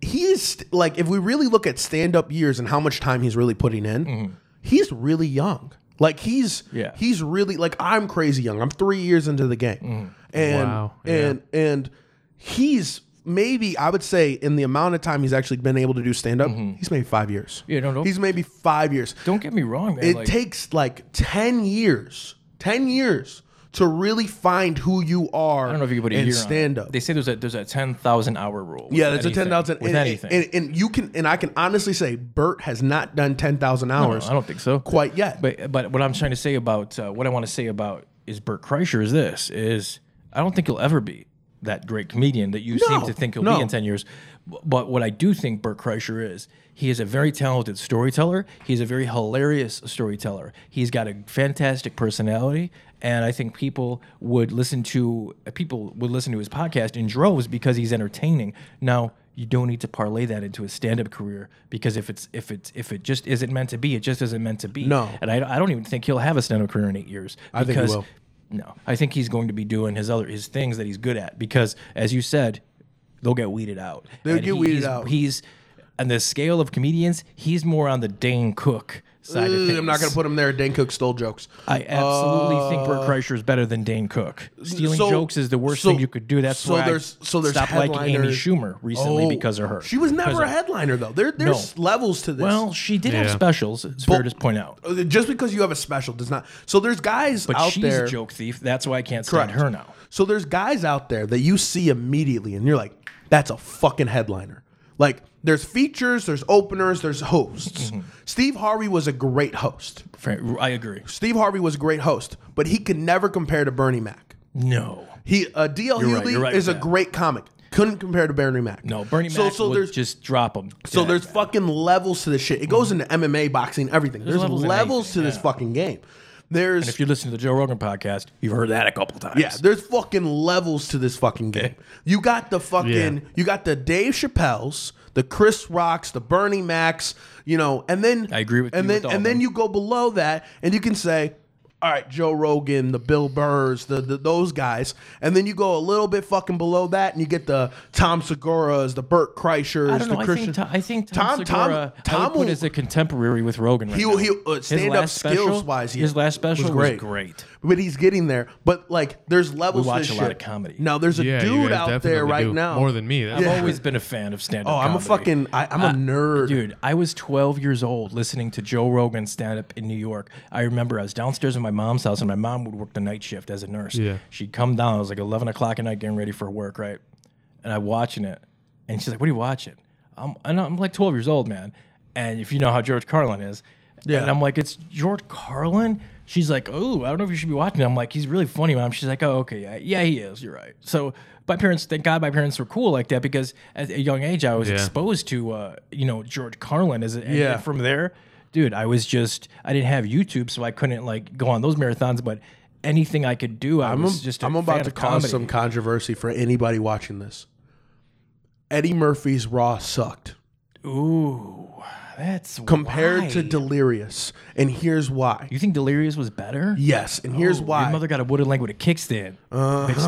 B: He is st- like if we really look at stand up years and how much time he's really putting in, he's really young. Like he's
D: Mm-hmm. Yeah.
B: he's really like I'm crazy young. I'm 3 years into the game.
D: Mm-hmm.
B: And
C: Wow, yeah.
B: and and he's maybe I would say in the amount of time he's actually been able to do stand up, he's maybe 5 years.
D: Mm-hmm. Yeah, no, no.
B: He's maybe 5 years.
D: Don't get me wrong, man.
B: It
D: like,
B: takes like 10 years, 10 years to really find who you are.
D: I don't know if you can put a
B: in
D: year on it.
B: stand up.
D: They say there's a there's a ten thousand hour rule. with
B: Yeah, that's a
D: anything-
B: 10,000
D: with
B: and,
D: anything.
B: And, and you can and I can honestly say Bert has not done 10,000 hours.
D: I don't think so.
B: Quite yet.
D: But but what I'm trying to say about uh, what I want to say about is Bert Kreischer is this is I don't think he'll ever be that great comedian that you seem
B: No,
D: to think he'll
B: no.
D: be in ten years. B- But what I do think Bert Kreischer is, he is a very talented storyteller. He's a very hilarious storyteller. He's got a fantastic personality, and I think people would listen to people would listen to his podcast in droves because he's entertaining. Now you don't need to parlay that into a stand-up career because if it's if it's if it just isn't meant to be, it just isn't meant to be.
B: No.
D: and I, I don't even think he'll have a stand-up career in eight years.
B: I think he will.
D: No, I think he's going to be doing his other his things that he's good at because, as you said, they'll get weeded out.
B: They'll
D: And
B: get weeded
D: he's-
B: out.
D: He's on the scale of comedians, he's more on the Dane Cook side of
B: Ugh,
D: things.
B: I'm not going to put him there. Dan Cook stole jokes.
D: I absolutely think Bert Kreischer is better than Dane Cook. Stealing
B: so-
D: jokes is the worst
B: so-
D: thing you could do. That's
B: so
D: why
B: there's-
D: I
B: so there's
D: stopped liking Amy
B: headliners.
D: Schumer recently
B: Oh,
D: because of her.
B: She was
D: Because
B: never a
D: of-
B: headliner though. There there's levels to this.
D: Well, she did have
C: Yeah.
D: specials. It's fair to point out.
B: just because you have a special does not. So there's guys
D: But
B: out
D: she's
B: there
D: a joke thief. That's why I can't stand
B: Correct.
D: her now.
B: So there's guys out there that you see immediately and you're like, that's a fucking headliner. Like there's features, there's openers, there's hosts.
D: Mm-hmm.
B: Steve Harvey was a great host.
D: Fran- I agree.
B: Steve Harvey was a great host, but he could never compare to Bernie Mac.
D: No.
B: He uh, DL
D: You're right,
B: Hughley
D: you're right
B: is a
D: with that.
B: great comic. Couldn't compare to Bernie Mac.
D: No, Bernie
B: So
D: Mac
B: so
D: would
B: there's
D: just drop him.
B: so there's fucking levels to this shit. It goes into MMA, boxing, everything. There's,
D: levels
B: levels,
D: in
B: to
D: anything,
B: this
D: yeah.
B: fucking game. There's
D: If you listen to the Joe Rogan podcast, you've heard that a couple times.
B: Yeah, there's fucking levels to this fucking game. You got the fucking,
C: Yeah.
B: you got the Dave Chappelle's, the Chris Rocks, the Bernie Macs, you know, and then
D: I agree with
B: and
D: you
B: then
D: with all
B: and
D: of
B: then
D: them.
B: you go below that, and you can say, all right, Joe Rogan, the Bill Burrs, the, the those guys, and then you go a little bit fucking below that, and you get the Tom Segura's, the Burt Kreischer's,
D: I don't know.
B: the
D: I
B: Christian.
D: think, Tom, I think Tom,
B: Tom- Tom-
D: Segura,
B: Tom
D: I would put
B: will-
D: as a contemporary with Rogan right
B: He
D: now.
B: will- he will- uh,
D: His
B: stand-up
D: last special-
B: skills-wise, yeah,
D: his last special
B: was
D: was
B: great.
D: great.
B: but he's getting there. But like, there's levels.
D: watch
B: to this
D: a lot
B: shit.
D: of comedy.
B: Now there's a
C: yeah, you
B: dude
C: guys
B: out there
C: definitely
B: right
C: do.
B: now.
C: More than me. That's
D: I've
C: yeah.
D: always been a fan of stand-up
B: oh, I'm a
D: comedy. Uh,
B: fucking, I, I'm a nerd.
D: Dude, I was 12 years old listening to Joe Rogan stand up in New York. I remember I was downstairs in my mom's house, and my mom would work the night shift as a nurse.
C: Yeah.
D: She'd come down. It was like 11 o'clock at night getting ready for work, right? And I'm watching it. And she's like, What are you watching? I'm, and I'm like 12 years old, man. And if you know how George Carlin is, yeah. and I'm like, It's George Carlin? She's like, Oh, I don't know if you should be watching it. I'm like, He's really funny, mom. She's like, Oh, okay. Yeah, yeah he is. You're right. So, my parents, thank God my parents were cool like that because at a young age, I was
C: Yeah.
D: exposed exposed to uh, you know George Carlin as a, and
B: Yeah.
D: from there, dude, I was just I didn't have YouTube, so I couldn't like go on those marathons. But anything I could do, I
B: I'm,
D: was just. A
B: I'm
D: fan
B: about to
D: of
B: cause
D: comedy.
B: some controversy for anybody watching this. Eddie Murphy's Raw sucked
D: Ooh, that's
B: compared
D: why.
B: to Delirious, and here's why.
D: You think Delirious was better?
B: Yes, and here's
D: Ooh,
B: why. Uh-huh.
D: Your Oh, mother got a wooden leg with a kickstand. Bitch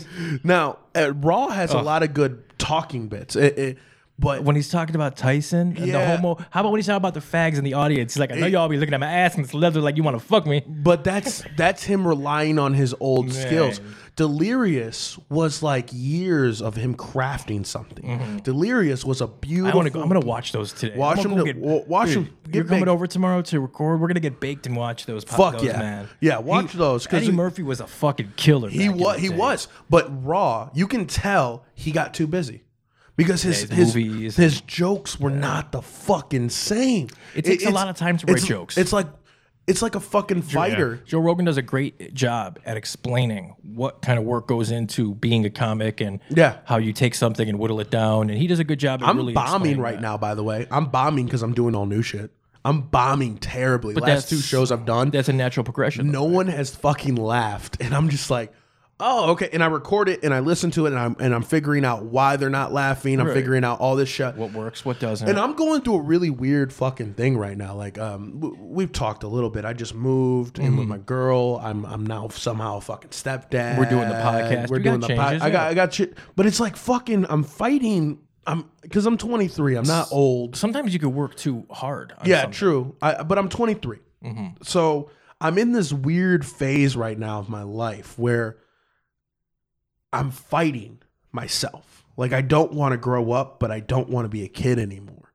D: stanza.
B: now, uh, Raw has a lot of good talking bits, It- it- but
D: when he's talking about Tyson and
B: Yeah.
D: the homo, how about when he's talking about the fags in the audience? He's like, I know y'all be looking at my ass and it's leather like you want to fuck me.
B: but that's that's him relying on his old skills. Delirious was like years of him crafting something. Delirious was a beautiful.
D: Mm-hmm. I want to go. I'm gonna watch those today.
B: Watch
D: I'm gonna
B: them
D: go
B: to- wa- watch
D: dude,
B: them. Get
D: You're coming
B: baked.
D: over tomorrow to record. We're gonna get baked and watch those. po-
B: Fuck
D: those,
B: yeah.
D: man.
B: Yeah, watch those, 'cause
D: Eddie
B: he-
D: Murphy was a fucking killer.
B: He
D: back in
B: was
D: the
B: he
D: day.
B: was, but Raw, you can tell he got too busy because his
D: Yeah,
B: his
D: movies
B: his jokes were not the fucking same.
D: It takes a
B: it's-
D: lot of time to write
B: it's-
D: jokes.
B: It's like it's like a fucking fighter.
D: Joe Rogan does a great job at explaining what kind of work goes into being a comic and
B: Yeah.
D: how you take something and whittle it down. And he does a good job. At
B: I'm
D: really
B: bombing
D: explaining
B: right
D: that.
B: now, by the way. I'm bombing because I'm doing all new shit. I'm bombing terribly. Last
D: that's-
B: two shows I've done,
D: That's a natural progression.
B: no one has fucking laughed, and I'm just like, oh, okay. And I record it, and I listen to it, and I'm and I'm figuring out why they're not laughing. I'm
D: Right.
B: figuring out all this shit.
D: What works, what doesn't.
B: and I'm going through a really weird fucking thing right now. Like, um, w- we've talked a little bit. I just moved in with my girl. I'm I'm now somehow a fucking stepdad.
D: Mm-hmm. We're doing the podcast.
B: We're
D: You
B: doing
D: got
B: the podcast.
D: changes,
B: I got
D: yeah.
B: I got shit, but it's like fucking. I'm fighting. I'm because I'm 23. I'm not old.
D: Sometimes you could work too hard. On
B: Yeah,
D: something. Mm-hmm.
B: true. I but I'm 23. So I'm in this weird phase right now of my life where I'm fighting myself. Like I don't want to grow up, but I don't want to be a kid anymore.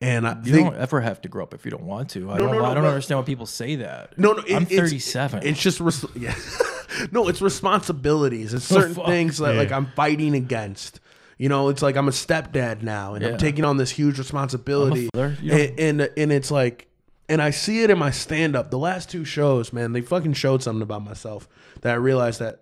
B: And I
D: You
B: think
D: don't ever have to grow up if you don't want to. I
B: No,
D: don't,
B: no, no,
D: I don't
B: but-
D: understand why people say that.
B: no, no, it-
D: I'm
B: it's-
D: 37.
B: It's, just res- yeah. no, it's responsibilities. It's certain
D: Oh, fuck.
B: things that like
C: Yeah.
B: I'm fighting against. You know, it's like I'm a stepdad now, and
D: Yeah.
B: I'm taking on this huge responsibility.
D: father, you
B: and, and and it's like, and I see it in my stand up. The last two shows, man, they fucking showed something about myself that I realized that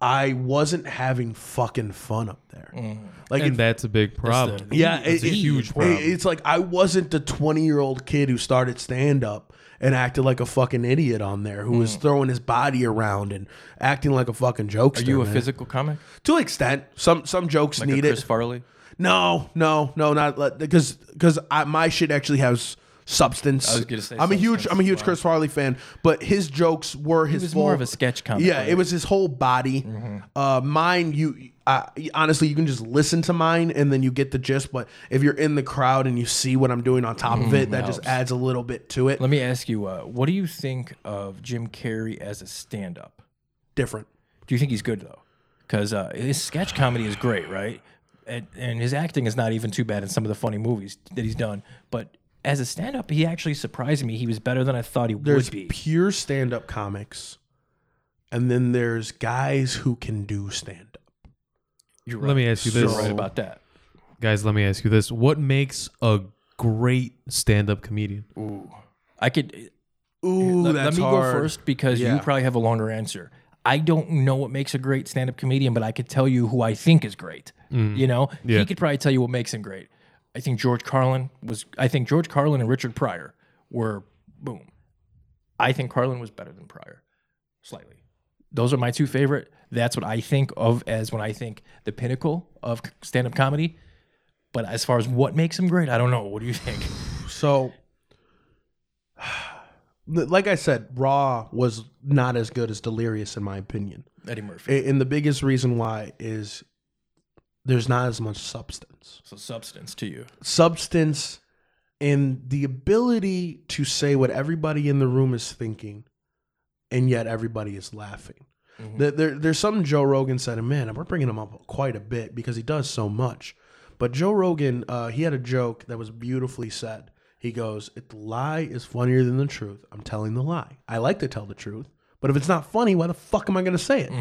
B: I wasn't having fucking fun up there.
D: Mm.
B: Like it
C: and that's a big problem.
B: yeah,
C: it's
B: it-
C: a
B: it-
C: huge
B: it-
C: problem.
B: it's like I wasn't the 20 year old kid who started stand up and acted like a fucking idiot on there, who was throwing his body around and acting like a fucking jokester.
D: Mm. Are you a
B: man.
D: physical comic?
B: To an extent, some some jokes
D: Like a
B: need
D: Chris
B: it.
D: Farley?
B: No, no, no, not because because my shit actually has substance. I
D: was gonna say
B: am a huge
D: substance,
B: I'm a huge Chris Farley fan, but his jokes were his
D: was
B: full-
D: more of Mm-hmm. a sketch comic,
B: Yeah,
D: right?
B: it was his whole body. Uh, mine, you uh, honestly, you can just listen to mine and then you get the gist. But if you're in the crowd and you see what I'm doing on top of it, that just adds a little bit to it.
D: Mm-hmm. Let me ask you, uh, what do you think of Jim Carrey as a stand up?
B: Different.
D: Do you think he's good though? Because uh, his sketch comedy is great, right? And, and his acting is not even too bad in some of the funny movies that he's done. But as a stand up, he actually surprised me. He was better than I thought he
B: There's
D: would be.
B: pure stand up comics, and then there's guys who can do stand up.
D: You're
C: Let me ask you this.
D: You're right about that.
C: Guys, let me ask you this. What makes a great stand up comedian?
D: I could.
B: Ooh,
D: let,
B: that's
D: let me
B: hard.
D: go first because
B: Yeah.
D: you probably have a longer answer. I don't know what makes a great stand up comedian, but I could tell you who I think is great.
B: Mm.
D: You know,
C: Yeah.
D: he could probably tell you what makes him great. I think George Carlin was, I think George Carlin and Richard Pryor were boom. I think Carlin was better than Pryor, slightly. Those are my two favorite. That's what I think of as when I think the pinnacle of stand up comedy. But as far as what makes him great, I don't know. What do you think?
B: So, like I said, Raw was not as good as Delirious, in my opinion.
D: Eddie Murphy.
B: A- And the biggest reason why is there's not as much substance.
D: so substance to you.
B: Substance and the ability to say what everybody in the room is thinking, and yet everybody is laughing. There, there- there's something Joe Rogan said, and man, we're bringing him up quite a bit because he does so much. But Joe Rogan, uh, he had a joke that was beautifully said. He goes, "If the lie is funnier than the truth, I'm telling the lie. I like to tell the truth, but if it's not funny, why the fuck am I going to say it?"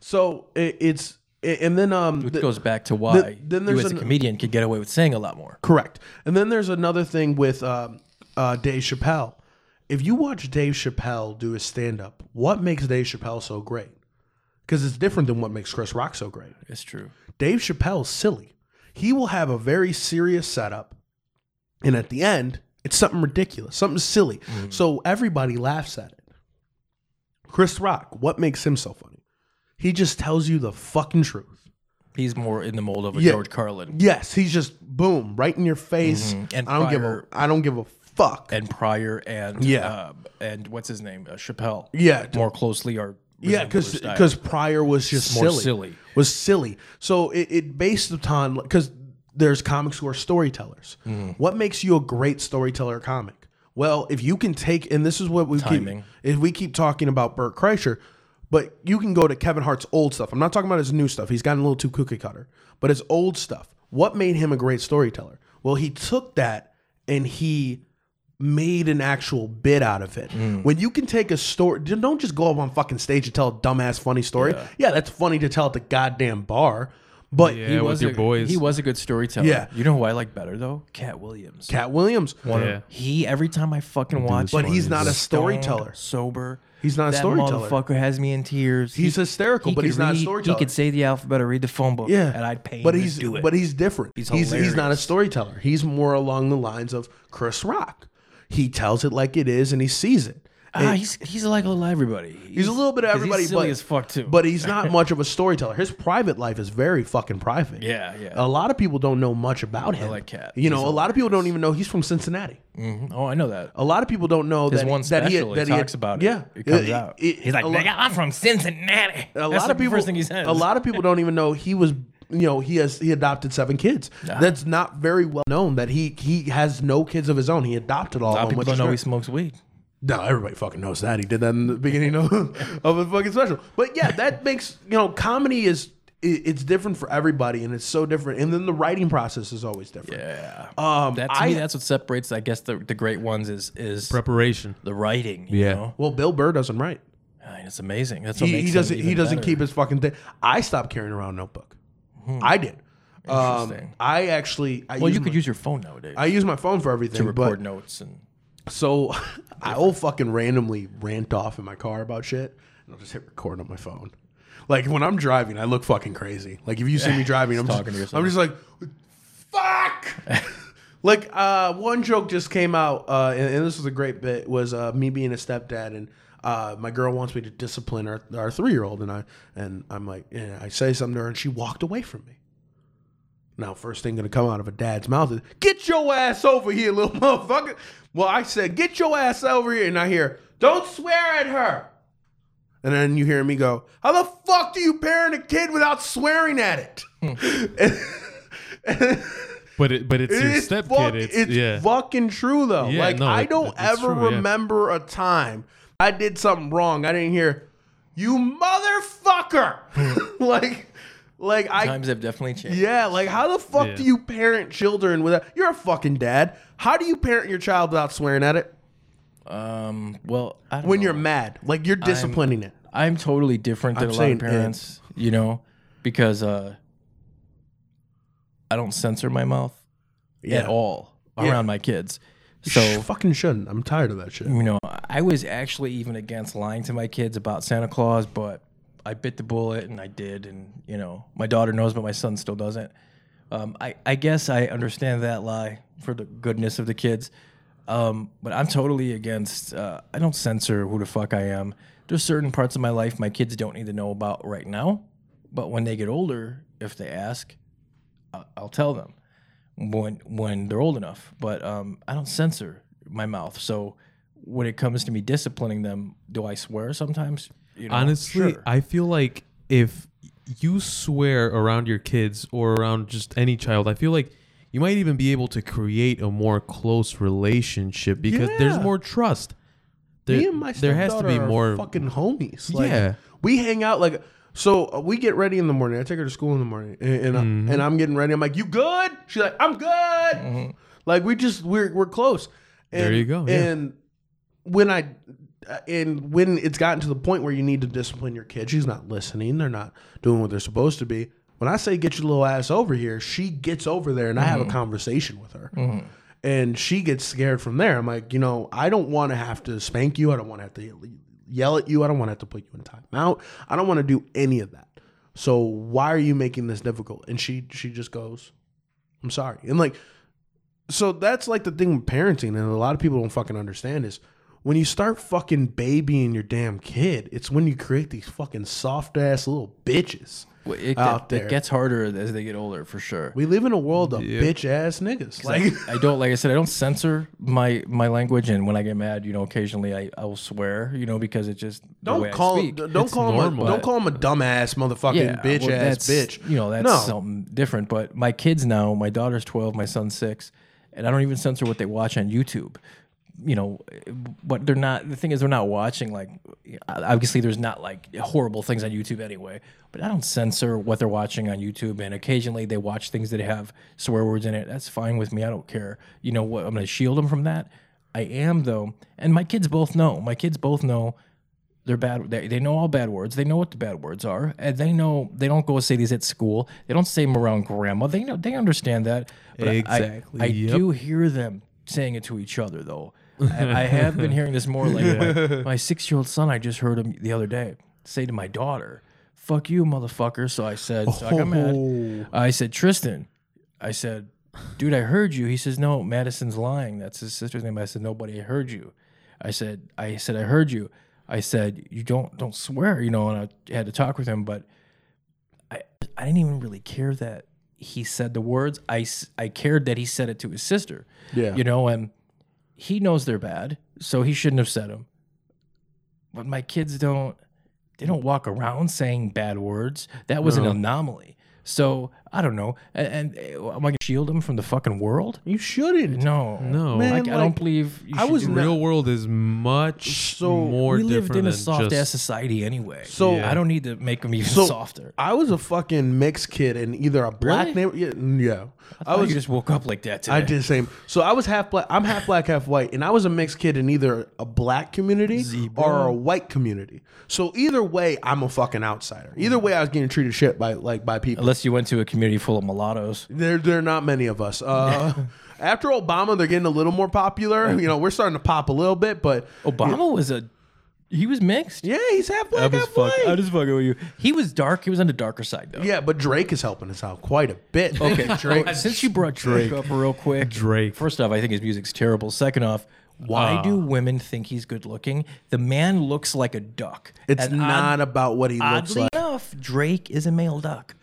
B: So it, it's, it, and then um,
D: Which
B: the-
D: goes back to why
B: then
D: you
B: there's
D: as a
B: an-
D: comedian could get away with saying a lot more.
B: Correct. And then there's another thing with um, uh, Dave Chappelle. If you watch Dave Chappelle do his stand up, what makes Dave Chappelle so great? Because it's different than what makes Chris Rock so great.
D: It's true.
B: Dave Chappelle's silly. He will have a very serious setup, and at the end, it's something ridiculous, something silly. So everybody laughs at it. Chris Rock, what makes him so funny? He just tells you the fucking truth.
D: He's more in the mold of a
B: Yeah.
D: George Carlin.
B: Yes, he's just boom right in your face.
D: Mhm. And
B: I don't
D: prior-
B: give a I don't give a fuck.
D: And Pryor and
B: Yeah.
D: uh, and what's his name uh, Chappelle.
B: Yeah, d-
D: more closely are
B: yeah,
D: resemble
B: because
D: their style.
B: because Pryor was just
D: It's more
B: silly,
D: silly.
B: was silly. So it, it based upon because there's comics who are storytellers.
D: Mm-hmm.
B: What makes you a great storyteller or comic? Well, if you can take and this is what we
D: Timing.
B: keep if we keep talking about Burt Kreischer, but you can go to Kevin Hart's old stuff. I'm not talking about his new stuff. He's gotten a little too cookie cutter, but his old stuff. What made him a great storyteller? Well, he took that and he made an actual bit out of it.
D: Mm.
B: When you can take a story, d- don't just go up on fucking stage and tell a dumbass funny story. Yeah, that's funny to tell at the goddamn bar, But
C: Yeah, with your
D: a,
C: boys.
D: He was a good storyteller.
B: Yeah.
D: You know who I like better though? Cat Williams.
B: Cat Williams,
D: One
C: Yeah.
D: of, he every time I fucking watch,
B: but
D: him,
B: he's not a
D: stoned,
B: storyteller.
D: Sober.
B: He's not a
D: that
B: storyteller.
D: Motherfucker has me in tears.
B: He's hysterical, but
D: could
B: he's not a
D: read-
B: storyteller.
D: He could say the alphabet or read the phone book.
B: yeah,
D: and I'd pay.
B: But
D: him
B: he's
D: to do it.
B: but he's different.
D: He's
B: he's he's not a
D: hilarious.
B: storyteller. He's more along the lines of Chris Rock. He tells it like it is, and he sees it.
D: ah,
B: It-
D: he's he's like a little everybody. He's,
B: He's a little bit of
D: 'cause
B: everybody,
D: He's silly
B: but,
D: as fuck too.
B: but he's not much of a storyteller. His private life is very fucking private.
D: Yeah, yeah.
B: A lot of people don't know much about him.
D: like Cat.
B: You know, a lot of people don't even know he's from Cincinnati.
D: Mhm. oh, I know that.
B: A lot of people don't know
D: His
B: that
D: one
B: that
D: special, he,
B: that
D: talks about it.
B: Yeah,
D: it comes
B: Uh,
D: out.
B: it-
D: he's like,
B: a lot,
D: "Nigga, I'm from Cincinnati."
B: a
D: That's
B: lot
D: the
B: of people.
D: First thing he says.
B: A lot of people don't even know he was. You know, he has he adopted seven kids. That's not very well known. That he he has no kids of his own. He adopted all
D: A lot
B: of
D: of
B: them.
D: people
B: which
D: don't
B: is
D: know
B: very-
D: he smokes weed.
B: No, everybody fucking knows that. He did that in the beginning of, of the fucking special. But yeah, that makes you know comedy is i- it's different for everybody, and it's so different. And then the writing process is always different.
D: Yeah.
B: Um,
D: That to
B: I,
D: me, that's what separates, I guess, the, the great ones is is
C: Preparation.
D: the writing. You
C: Yeah.
D: know?
B: well, Bill Burr doesn't write.
D: I mean, it's amazing. That's what
B: He,
D: makes
B: he doesn't.
D: Him even
B: He doesn't
D: better. Hmm.
B: keep his fucking thing. I stopped carrying around a notebook. I did. Um,
D: Interesting.
B: I actually. I
D: Well,
B: use
D: you could
B: my,
D: use your phone nowadays
B: I use my phone for everything.
D: to record
B: but,
D: notes and.
B: So I will fucking randomly rant off in my car about shit, and I'll just hit record on my phone. Like when I'm driving, I look fucking crazy. Like if you see me driving, I'm just,
D: talking to yourself.
B: I'm just like, fuck. like uh, one joke just came out, uh, and, and this was a great bit. Was uh, me being a stepdad, and uh, my girl wants me to discipline our, our three year old, and I and I'm like, and I say something to her, and she walked away from me. Now, first thing gonna come out of a dad's mouth is "Get your ass over here, little motherfucker." Well, I said, "Get your ass over here," and I hear, "Don't swear at her." And then you hear me go, "How the fuck do you parent a kid without swearing at it?"
C: But it, but it's your
B: It's
C: step
B: fuck-
C: kid. It's,
B: it's
C: yeah.
B: fucking true though.
C: Yeah,
B: like
C: no,
B: I
C: it-
B: don't
C: it's
B: ever
C: true, yeah.
B: remember a time I did something wrong. I didn't hear, "You motherfucker," like, like I
D: Times have definitely changed.
B: Yeah, like how the fuck
C: Yeah.
B: do you parent children without? You're a fucking dad. How do you parent your child without swearing at it
D: Um. Well, I don't
B: when
D: know.
B: you're mad? Like you're disciplining it.
D: I'm totally different than
B: I'm
D: a lot
B: saying
D: of
B: it.
D: parents, you know, because uh, I don't censor my mouth
B: Yeah.
D: at all
B: Yeah.
D: around my kids.
B: So
D: So
B: fucking shouldn't. I'm tired of that shit.
D: you know, I was actually even against lying to my kids about Santa Claus, but I bit the bullet and I did. And, you know, my daughter knows, but my son still doesn't. Um, I, I guess I understand that lie for the goodness of the kids. Um, but I'm totally against, uh, I don't censor who the fuck I am. There's certain parts of my life my kids don't need to know about right now. But when they get older, if they ask, I'll, I'll tell them when when they're old enough. But um, I don't censor my mouth. So when it comes to me disciplining them, do I swear sometimes? You know,
C: Honestly,
D: sure.
C: I feel like if you swear around your kids or around just any child, I feel like you might even be able to create a more close relationship because there's
B: Yeah.
C: more trust. There,
B: Me and my
C: there has to be
B: stepdaughter are
C: more.
B: fucking homies. Like,
C: Yeah.
B: we hang out like so. uh, We get ready in the morning. I take her to school in the morning, and and,
C: Mm-hmm.
B: I, and I'm getting ready. I'm like, "You good?" She's like, "I'm good." Like we just we're we're close. And,
C: There you go, yeah.
B: And when I uh, and when it's gotten to the point where you need to discipline your kid, she's not listening. They're not doing what they're supposed to be. When I say get your little ass over here, she gets over there, and I
C: Mm-hmm.
B: have a conversation with her and she gets scared from there. I'm like, you know, I don't want to have to spank you. I don't want to have to yell at you. I don't want to have to put you in timeout. I don't want to do any of that. So why are you making this difficult? And she she just goes, I'm sorry. And like, so that's like the thing with parenting, and a lot of people don't fucking understand is when you start fucking babying your damn kid, it's when you create these fucking soft ass little bitches.
D: Well, it,
B: out
D: get-
B: there.
D: it gets harder as they get older for sure.
B: We live in a world of bitch ass niggas. Like,
D: I don't like I said I don't censor my my language and when I get mad, you know, occasionally I, I will swear, you know, because it just the way
B: Don't
D: I
B: call
D: speak.
B: don't call him a,
C: normal.
B: don't call him a dumbass motherfucking bitch
D: well,
B: ass
D: that's-
B: bitch.
D: You know, that's
B: no.
D: something different. But my kids now, my daughter's 12, my son's six, and I don't even censor what they watch on YouTube. You know, but they're not, the thing is, they're not watching like, obviously, there's not like horrible things on YouTube anyway, but I don't censor what they're watching on YouTube. And occasionally they watch things that have swear words in it. That's fine with me. I don't care. You know what? I'm going to shield them from that. I am, though. And my kids both know. My kids both know They're bad. They, they know all bad words. They know what the bad words are, and they know they don't go say these at school. They don't say them around grandma. They know they understand that. But I- I-
C: Exactly,
D: I,
C: yep.
D: do hear them saying it to each other though. I, I have been hearing this more like my, my six year old son. I just heard him the other day say to my daughter, "Fuck you, motherfucker." So I said, so I got
C: Oh.
D: mad. I said, Tristan, I said, dude, I heard you. He says, no, Madison's lying. That's his sister's name. I said, nobody heard you. I said, I said, I heard you. I said, you don't don't swear, you know. And I had to talk with him, but I I didn't even really care that he said the words. I s- I cared that he said it to his sister.
B: Yeah.
D: you know, and he knows they're bad, so he shouldn't have said them. But my kids don't they don't walk around saying bad words. That was an anomaly. So I don't know. And, and uh, am I gonna shield them from the fucking world?
B: You shouldn't.
D: No,
C: No.
D: Like,
B: Man,
D: I don't
B: like,
D: believe. You
B: I
D: should
B: was
D: do
B: not-
D: that.
C: real world is much
B: So,
C: more
D: we lived
C: different
D: in a
C: than
D: soft ass
C: just,
D: society anyway.
B: So-
D: I don't need to make them even
B: So-
D: softer.
B: I was a fucking mixed kid in either a black
D: Really?
B: neighbor. Yeah, mm, yeah. I,
D: I
B: was.
D: you just woke up like that today.
B: I did the same. So I was half black. I'm half black, half white, and I was a mixed kid in either a black community or a white community. So either way, I'm a fucking outsider. Either way, I was getting treated shit by like by people.
D: Unless you went to a community full of mulattoes.
B: There, there are not many of us. Uh, after Obama, they're getting a little more popular. You know, we're starting to pop a little bit, but
D: Obama was a. He was mixed.
B: yeah, he's half
D: I
B: black,
D: was
B: half
D: fuck,
B: white.
D: I was fucking with you. He was dark. He was on the darker side though.
B: yeah, but Drake is helping us out quite a bit.
D: Okay, Drake. Since you brought Drake, up real quick,
C: Drake.
D: First off, I think his music's terrible. Second off, why do
B: Uh.
D: women think he's good looking? The man looks like a duck.
B: It's
D: And
B: not
D: odd-
B: about what he looks
D: oddly
B: like.
D: enough. Drake is a male duck,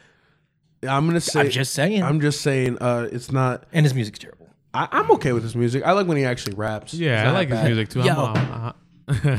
B: I'm gonna say.
D: I'm just saying.
B: I'm just saying. Uh, it's not.
D: and his music's terrible.
B: I, I'm okay with his music. I like when he actually raps.
C: Yeah, I like his music too. I'm,
D: Yo.
C: uh,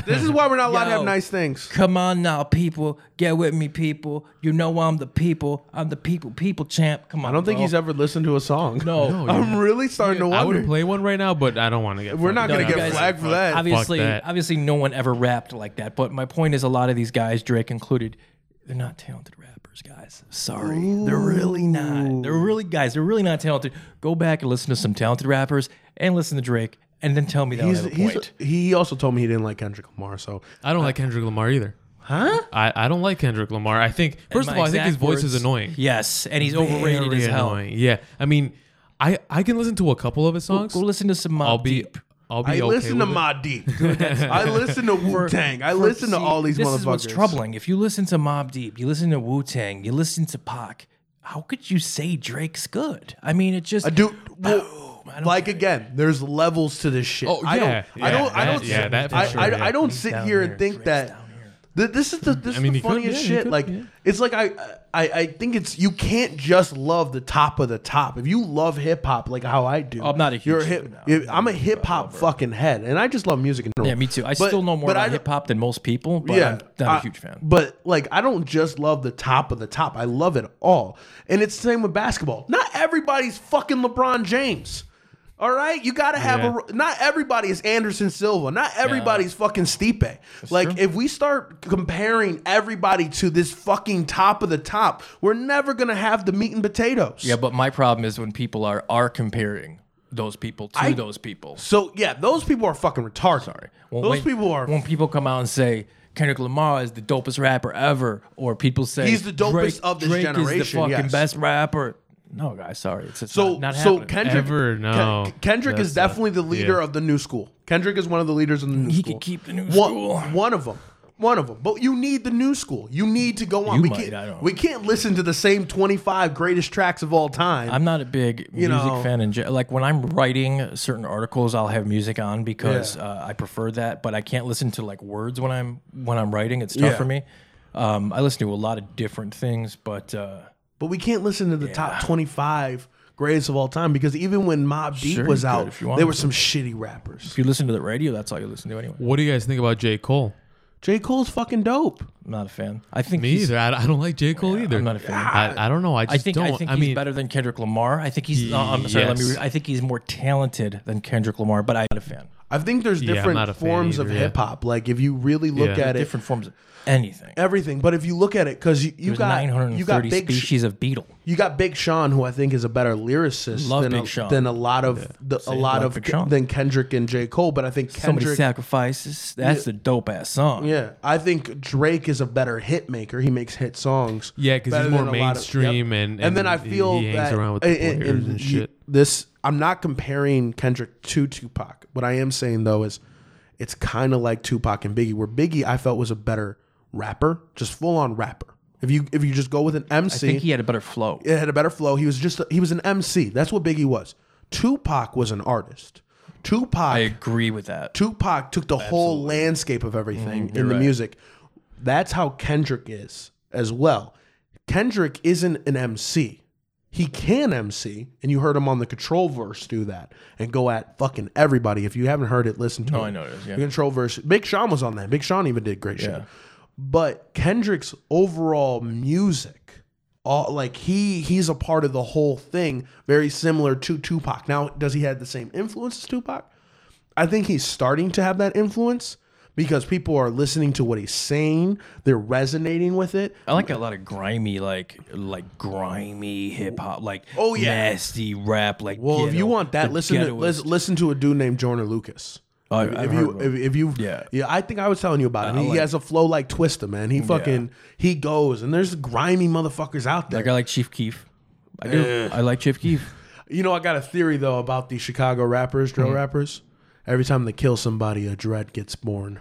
B: This is why we're not allowed to
D: Yo.
B: have nice things.
D: Come on now, people, get with me, people. You know I'm the people. I'm the people, people champ. Come on.
B: I don't think he's ever listened to a song.
D: No. No,
B: I'm really starting to
C: I would
B: wonder.
C: play one right now, but I don't want to get.
B: We're not
C: fucking
B: gonna
D: you
B: get
C: down.
D: guys-
B: flagged for that.
D: obviously,
C: that.
D: obviously, no one ever rapped like that. But my point is, a lot of these guys, Drake included, they're not talented rappers, guys. Sorry, they're really not. They're really guys. They're really not talented. Go back and listen to some talented rappers and listen to Drake, and then tell me that
B: He's,
D: I have a
B: he's,
D: point.
B: he also told me he didn't like Kendrick Lamar. So
C: I don't like Kendrick Lamar either.
B: huh?
C: I, I don't like Kendrick Lamar. I think first of
D: My
C: all, I think his
D: exact
C: voice is
D: words-
C: annoying.
D: Yes, and he's overrated
C: Very
D: as hell.
C: annoying. Yeah, I mean, I I can listen to a couple of his songs.
D: Go listen to some Mobb
C: I'll be
D: Deep.
C: I'll be
B: I
C: okay
B: listen to
C: with it.
B: Ma Deep. I listen to Wu Tang. I listen to
D: See,
B: all these
D: this
B: motherfuckers.
D: is what's troubling. If you listen to Mob Deep, you listen to Wu Tang, you listen to Pac. How could you say Drake's good? I mean, it just Oh,
B: I do. Well,
D: I don't
B: like
D: get it.
B: again, there's levels to this shit.
C: Oh,
B: I don't,
C: yeah,
B: I
C: yeah,
B: don't. I
C: that-
B: don't.
C: yeah, that for
B: I,
C: sure,
B: I,
C: yeah.
B: I don't
D: He's
B: sit
D: down
B: here
D: here,
B: and think
D: Drake's
B: that.
D: down here.
B: th- This is the this
C: mean,
B: is
C: he
B: the
C: could,
B: funniest
C: yeah, he
B: shit.
C: could,
B: like
C: yeah.
B: it's like I, I I think it's you can't just love the top of the top. If you love hip hop like how I do,
D: I'm not a huge
B: you're hip.
D: hip-
B: I'm a hip hop fucking head, and I just love music. In general.
D: Yeah, me too. I
B: But-
D: still know more
B: but
D: about
B: I-
D: hip hop than most people, but I'm not a
B: I-
D: huge fan.
B: But like, I don't just love the top of the top. I love it all, and it's the same with basketball. Not everybody's fucking LeBron James. All right, you gotta have a. Not everybody is Anderson Silva. Not everybody's fucking Stipe. Like, if we start comparing everybody to this fucking top of the top, we're never gonna have the meat and potatoes.
D: Yeah, but my problem is when people are are comparing those people to those people.
B: So yeah, those people are fucking retarded. Sorry,
D: When-
B: those
D: when-
B: people are.
D: when people come out and say Kendrick Lamar is the dopest rapper ever, or people say
B: He's the dopest
D: Drake-
B: of this
D: Drake is the
B: generation,
D: fucking
B: yes.
D: best rapper. No, guys, sorry, it's just
B: So
D: not, not
B: so
D: happening.
B: Kendrick
C: Ever,
B: Ken-
C: no.
B: Kendrick is
D: uh,
B: definitely the leader of the new school. Kendrick is one of the leaders in the new
D: He
B: school.
D: could keep the new
B: one,
D: school.
B: One of them. One of them. But you need the new school. You need to go on.
D: You
B: we
D: might,
B: can't
D: I don't-
B: we can't listen to the same 25 greatest tracks of all time.
D: I'm not a big music
B: know.
D: fan, and like when I'm writing certain articles, I'll have music on because uh, I prefer that. But I can't listen to like words when I'm when I'm writing; it's tough
B: Yeah.
D: for me. Um, I listen to a lot of different things, but uh,
B: but we can't listen to the top 25 greatest of all time because even when Mob Deep
D: Sure you
B: was
D: could
B: out,
D: if you wanted
B: there were
D: to.
B: some shitty rappers.
D: if you listen to the radio, that's all you listen to anyway.
C: What do you guys think about J Cole?
B: J. Cole's fucking dope.
D: I'm not a fan. I think
C: Me
D: he's,
C: either. I, I don't like J Cole either.
D: I'm not a fan.
C: I, I don't know. I just
D: I think
C: don't.
D: I think
C: I
D: he's
C: mean,
D: better than Kendrick Lamar. I think he's. Uh, I'm sorry. Let me.
C: Yes.
D: Re- I think he's more talented than Kendrick Lamar, but I'm not a fan.
B: I think there's
C: Yeah, I'm
B: different
C: not a fan
B: forms
C: either,
B: of
C: yeah.
B: hip hop. Like if you really look
C: Yeah.
B: at it,
D: different forms of anything.
B: everything. But if you look at it, because you, you
D: There's
B: got you got
D: 930
B: big Sh-
D: species of beetle.
B: you got Big Sean, who I think is a better lyricist
D: Love
B: than
D: Big
B: a,
D: Sean.
B: than a lot of the, a lot
D: love
B: of
D: Big Sean.
B: than Kendrick and J Cole. But I think
D: Somebody
B: Kendrick,
D: sacrifices. That's the dope ass song.
B: yeah, I think Drake is a better hit maker. He makes hit songs.
C: Yeah, 'cause
B: better
C: he's more
B: than a lot of-
C: mainstream and-
B: and
C: and
B: then I
C: he-
B: feel
C: he hangs
B: that-
C: around with the
B: and- and-
C: players and
B: you-
C: shit.
B: This I'm not comparing Kendrick to Tupac. What I am saying though is, it's kind of like Tupac and Biggie, where Biggie I felt was a better rapper, just full on rapper. If you if you just go with an
D: I
B: MC,
D: think he had a better flow.
B: it had a better flow. He was just he was an MC. That's what Biggie was. Tupac was an artist.
D: I
B: Tupac
D: agree with that.
B: Tupac took the whole landscape of everything in the music. That's how Kendrick is as well. Kendrick isn't an MC. He can MC, and you heard him on the Control verse do that and go at fucking everybody. If you haven't heard it, listen to it.
D: No, I know it is, yeah.
B: The Control verse. Big Sean was on that. Big Sean even did great shit. But Kendrick's overall music, all like he he's a part of the whole thing, very similar to Tupac. Now, does he have the same influence as Tupac? I think he's starting to have that influence because people are listening to what he's saying. They're resonating with it.
D: I like a lot of grimy, like like grimy hip hop, like
B: Oh, yeah.
D: nasty rap. Like
B: Well, if
D: ghetto-
B: you want that,
D: the
B: listen to
D: ghettoist-
B: lis- listen to a dude named Jordan Lucas.
D: I-
B: if,
D: I've
B: if
D: heard
B: you
D: of
B: if, if you
D: Yeah.
B: I think I was telling you about it.
D: I
B: He
D: like-
B: has a flow like Twista, man. He fucking he goes and there's grimy motherfuckers out there.
D: like I like Chief Keef. I
B: Eh.
D: do. I like Chief Keef.
B: you know, I got a theory though about these Chicago rappers, drill rappers. Every time they kill somebody, a dread gets born.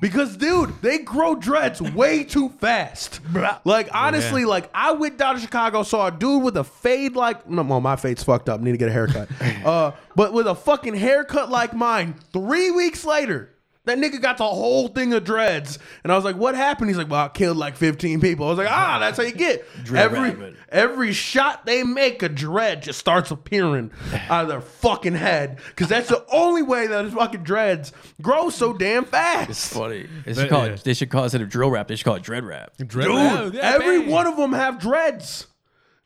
B: because dude, they grow dreads way too fast. Like honestly, like I went down to Chicago, saw a dude with a fade like no, well, my fade's fucked up. Need to get a haircut. uh, but with a fucking haircut like mine, three weeks later. That nigga got the whole thing of dreads, and I was like, "What happened?" He's like, "Well, I killed like 15 people." I was like, "Ah, that's how you get every
D: rabbit.
B: Every shot they make, a dread just starts appearing out of their fucking head. Because that's the only way that his fucking dreads grow so damn fast.
D: Funny. They should call
C: yeah.
D: it. They should call it instead of drill rap. They should call it dread rap.
C: Dread
B: Dude, every one of them have dreads.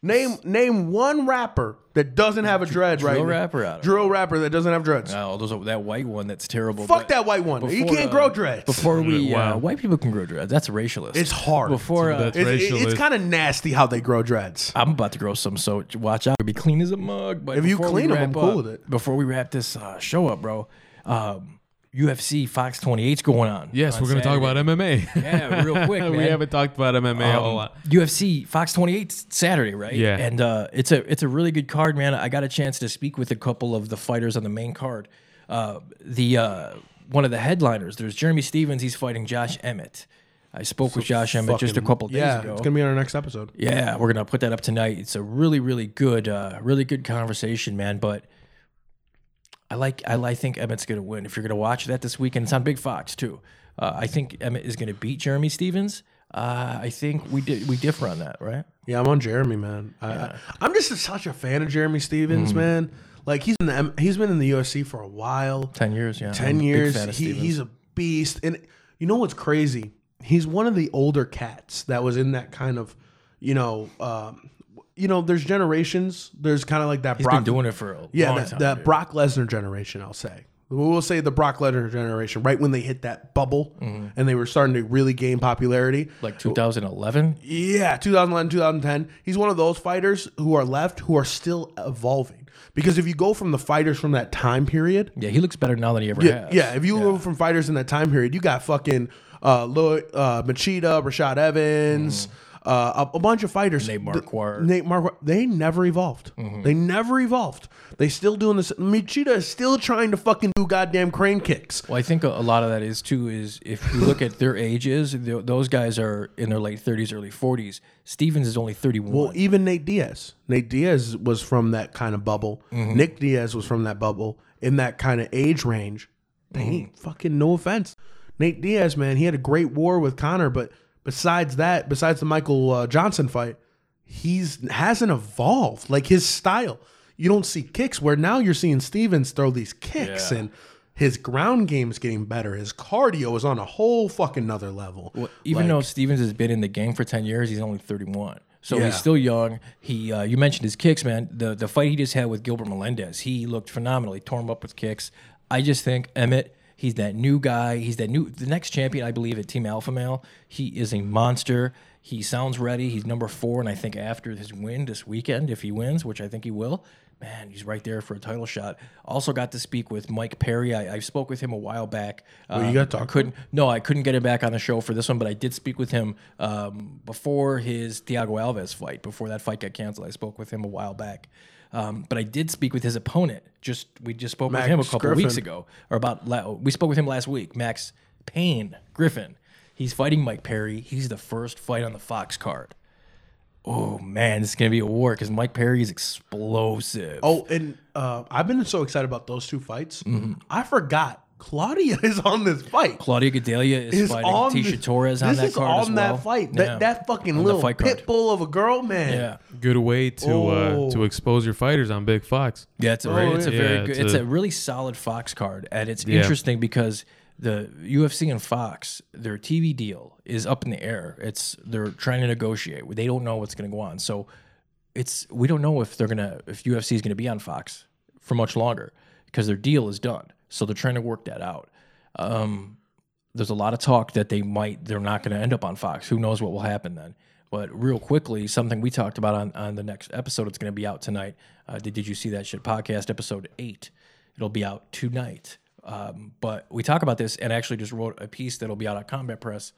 B: Name name one rapper that doesn't have a dread right
D: Drill
B: now.
D: rapper out.
B: Drill rapper that doesn't have dreads.
D: Oh, those are, that white one that's terrible.
B: Fuck
D: but
B: that white one. he
D: before,
B: can't
D: uh,
B: grow dreads.
D: Before we,
C: Wow.
D: uh, white people can grow dreads. That's racialist.
B: it's hard.
D: Before uh,
C: That's
B: It's- it-
C: racial
B: it's
C: is-
B: kind of nasty how they grow dreads.
D: I'm about to grow some, so watch out. Be clean as a mug. But
B: If you
D: before we
B: clean 'em,
D: wrap
B: I'm cool
D: up-
B: with it.
D: Before we wrap this uh, show up, bro, um, UFC Fox 28's going on.
C: Yes,
D: on
C: we're going to talk
D: Saturday.
C: about MMA.
D: Yeah, real quick,
C: we
D: man.
C: haven't talked about MMA a
D: Um,
C: whole lot.
D: UFC Fox 28 's Saturday, right?
C: Yeah.
D: And uh, it's a it's a really good card, man. I got a chance to speak with a couple of the fighters on the main card. Uh, the uh, one of the headliners, there's Jeremy Stevens. He's fighting Josh Emmett. I spoke with Josh Emmett just a couple days
B: Yeah,
D: ago.
B: it's gonna be on our next episode.
D: Yeah, we're gonna put that up tonight. It's a really, really good, uh, really good conversation, man. But I like, I, I think Emmett's gonna win. If you're gonna watch that this weekend, it's on Big Fox too. Uh, I think Emmett is gonna beat Jeremy Stevens. Uh, I think we did, we differ on that, right?
B: Yeah, I'm on Jeremy, man. I, I, am just such a fan of Jeremy Stevens,
D: Mm-hmm.
B: man. Like he's in the M- he's been in the UFC for a while,
D: Ten years, yeah.
B: ten
D: I'm a big
B: years.
D: fan of
B: He,
D: Stevens.
B: he's a beast, and you know what's crazy? He's one of the older cats that was in that kind of, you know, um, you know. There's generations. There's kind of like that.
D: He's
B: Brock,
D: been doing it for a
B: yeah,
D: long
B: that,
D: time.
B: that
D: dude.
B: Brock Lesnar generation. I'll say we'll say the Brock Lesnar generation, right when they hit that bubble
D: Mm-hmm.
B: and they were starting to really gain popularity.
D: like 2011.
B: Yeah, 2011, 2010. He's one of those fighters who are left who are still evolving. Because if you go from the fighters from that time period,
D: Yeah, he looks better now than he ever
B: yeah,
D: has.
B: yeah if you go from fighters in that time period, you got fucking uh, Lloyd, uh, Machida, Rashad Evans, uh, a, a bunch of fighters.
D: Mm-hmm. Nate
B: Th-
D: Marquardt. Mm-hmm.
B: Nate Marquardt. They never evolved. They never evolved. They still doing this. Machida is still trying to fucking do goddamn crane kicks.
D: Well, I think a, a lot of that is too is if you look at their ages, th- those guys are in their late 30s, early 40s. Stevens is only 31.
B: Well, even Nate Diaz. Nate Diaz was from that kind of bubble. Nick Diaz was from that bubble in that kind of age range. They ain't fucking no offense. Nate Diaz, man, he had a great war with Connor, but besides that, besides the Michael uh, Johnson fight, he's hasn't evolved like his style. You don't see kicks where now you're seeing Stevens throw these kicks and his ground game is getting better. His cardio is on a whole fucking another level.
D: even though Stevens has been in the game for 10 years, he's only 31. So
B: Yeah.
D: he's still young. He, uh, you mentioned his kicks, man. The the fight he just had with Gilbert Melendez, he looked phenomenal. He tore him up with kicks. I just think Emmett, he's that new guy. He's that new, the next champion, I believe, at Team Alpha Male. He is a monster. He sounds ready. He's number four. And I think after his win this weekend, if he wins, which I think he will, man, he's right there for a title shot. Also got to speak with Mike Perry. I, I spoke with him a while back. Well,
B: you got to talk to
D: couldn't no i couldn't get him back on the show for this one but i did speak with him um, before his Thiago alves fight before that fight got canceled i spoke with him a while back um, but i did speak with his opponent just we just spoke with him a
B: Max
D: couple weeks
B: Griffin.
D: ago or about la- we spoke with him last week max payne griffin he's fighting mike perry he's the first fight on the fox card oh man this is gonna be a war because mike perry is explosive
B: Oh, and uh, I've been so excited about those two fights. I forgot Claudia is on this fight.
D: Mm-hmm. Claudia Gadelia is,
B: Is
D: fighting
B: on
D: Tisha
B: this-
D: Torres on
B: this
D: that
B: is
D: card
B: on
D: as well.
B: that fight.
D: Yeah.
B: That that fucking
D: On the
B: little
D: fight card.
B: pit bull of a girl, man.
D: yeah.
C: Good way to
B: Oh.
C: uh, to expose your fighters on Big Fox.
D: Yeah, it's a very,
B: Oh,
D: it's a
C: yeah.
D: very
C: Yeah,
D: good,
C: it's
D: it's
C: a-
D: a really solid Fox card, and it's
C: Yeah.
D: interesting because the UFC and Fox, their TV deal is up in the air. It's they're trying to negotiate. They don't know what's going to go on, so it's we don't know if they're gonna if UFC is gonna be on Fox for much longer because their deal is done. So they're trying to work that out. Um, there's a lot of talk that they might they're not going to end up on Fox. Who knows what will happen then? But real quickly, something we talked about on, on the next episode. It's going to be out tonight. Uh, the Did you see that shit podcast episode eight? It'll be out tonight. Um, but we talk about this and actually just wrote a piece that'll be out at Combat Press.